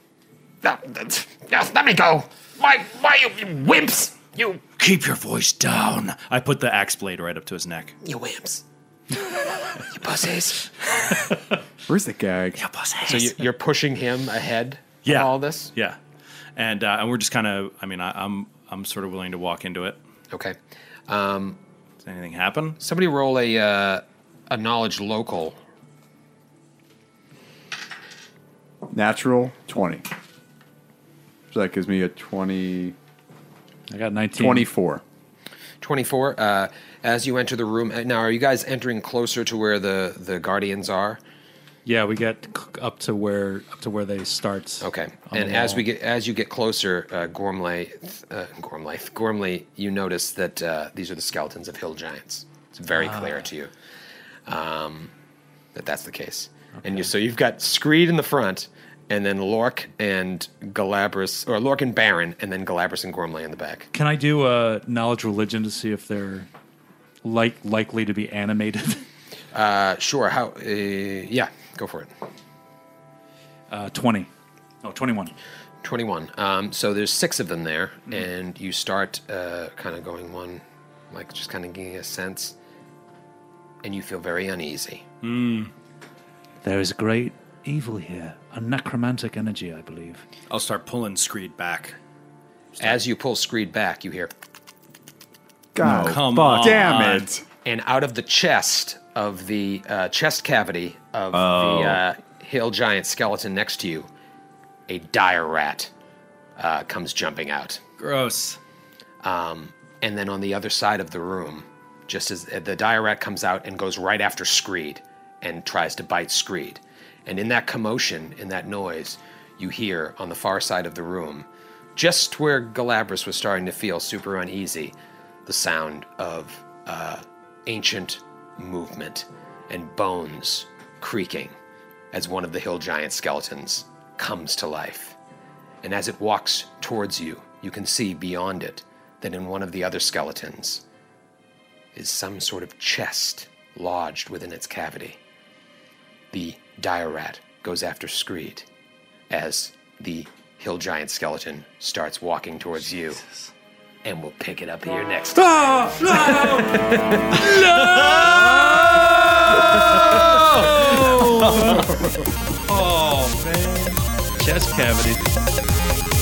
[SPEAKER 11] No, that's- no, let me go. Why, why you, you wimps? You,
[SPEAKER 2] Keep your voice down. I put the axe blade right up to his neck.
[SPEAKER 11] you wimps. you pussies.
[SPEAKER 6] Where's the gag?
[SPEAKER 11] You pussies.
[SPEAKER 4] So you, you're pushing him ahead.
[SPEAKER 2] Yeah.
[SPEAKER 4] Of all this.
[SPEAKER 2] Yeah, and uh, and we're just kind of. I mean, I, I'm I'm sort of willing to walk into it.
[SPEAKER 4] Okay. Um,
[SPEAKER 2] Does anything happen?
[SPEAKER 4] somebody roll a uh, a knowledge local.
[SPEAKER 6] Natural 20. So that gives me a 20,
[SPEAKER 7] I got 19.
[SPEAKER 6] 24.
[SPEAKER 4] 24 uh, as you enter the room uh, now are you guys entering closer to where the the guardians are
[SPEAKER 7] Yeah, we get c- up to where up to where they start.
[SPEAKER 4] okay
[SPEAKER 7] on
[SPEAKER 4] and
[SPEAKER 7] the
[SPEAKER 4] as
[SPEAKER 7] wall.
[SPEAKER 4] we get as you get closer uh, gormley uh, gormley gormley you notice that uh, these are the skeletons of hill giants it's very
[SPEAKER 7] Ah.
[SPEAKER 4] clear to you um, that that's the case and you, so you've got screed in the front and then lork and galabras or lork and baron and then galabras and gormley in the back
[SPEAKER 7] Can I do a knowledge religion to see if they're like likely to be animated?
[SPEAKER 4] uh, sure how uh, yeah go for it
[SPEAKER 7] Uh, 20. Oh, 21.
[SPEAKER 4] 21. Um, so there's six of them there, and you start uh, kind of going one, like just kind of getting a sense, and you feel very uneasy.
[SPEAKER 7] There is great evil here, a necromantic energy, I believe.
[SPEAKER 2] I'll start pulling Screed back.
[SPEAKER 4] As you pull Screed back, you hear,
[SPEAKER 6] God,
[SPEAKER 2] Come on.
[SPEAKER 6] damn it.
[SPEAKER 4] and out of the chest of the uh, chest cavity of the uh, hill giant skeleton next to you, a dire rat uh, comes jumping out.
[SPEAKER 2] Gross.
[SPEAKER 4] and then on the other side of the room, just as uh, the dire rat comes out and goes right after Screed and tries to bite Screed. And in that commotion, in that noise, you hear on the far side of the room, just where Galabras was starting to feel super uneasy, the sound of uh, ancient movement and bones creaking as one of the hill giant skeletons comes to life and as it walks towards you, you can see beyond it that in one of the other skeletons is some sort of chest lodged within its cavity. The dire rat goes after Screed as the hill giant skeleton starts walking towards you, and we'll pick it up here next. time.
[SPEAKER 7] Chest cavity.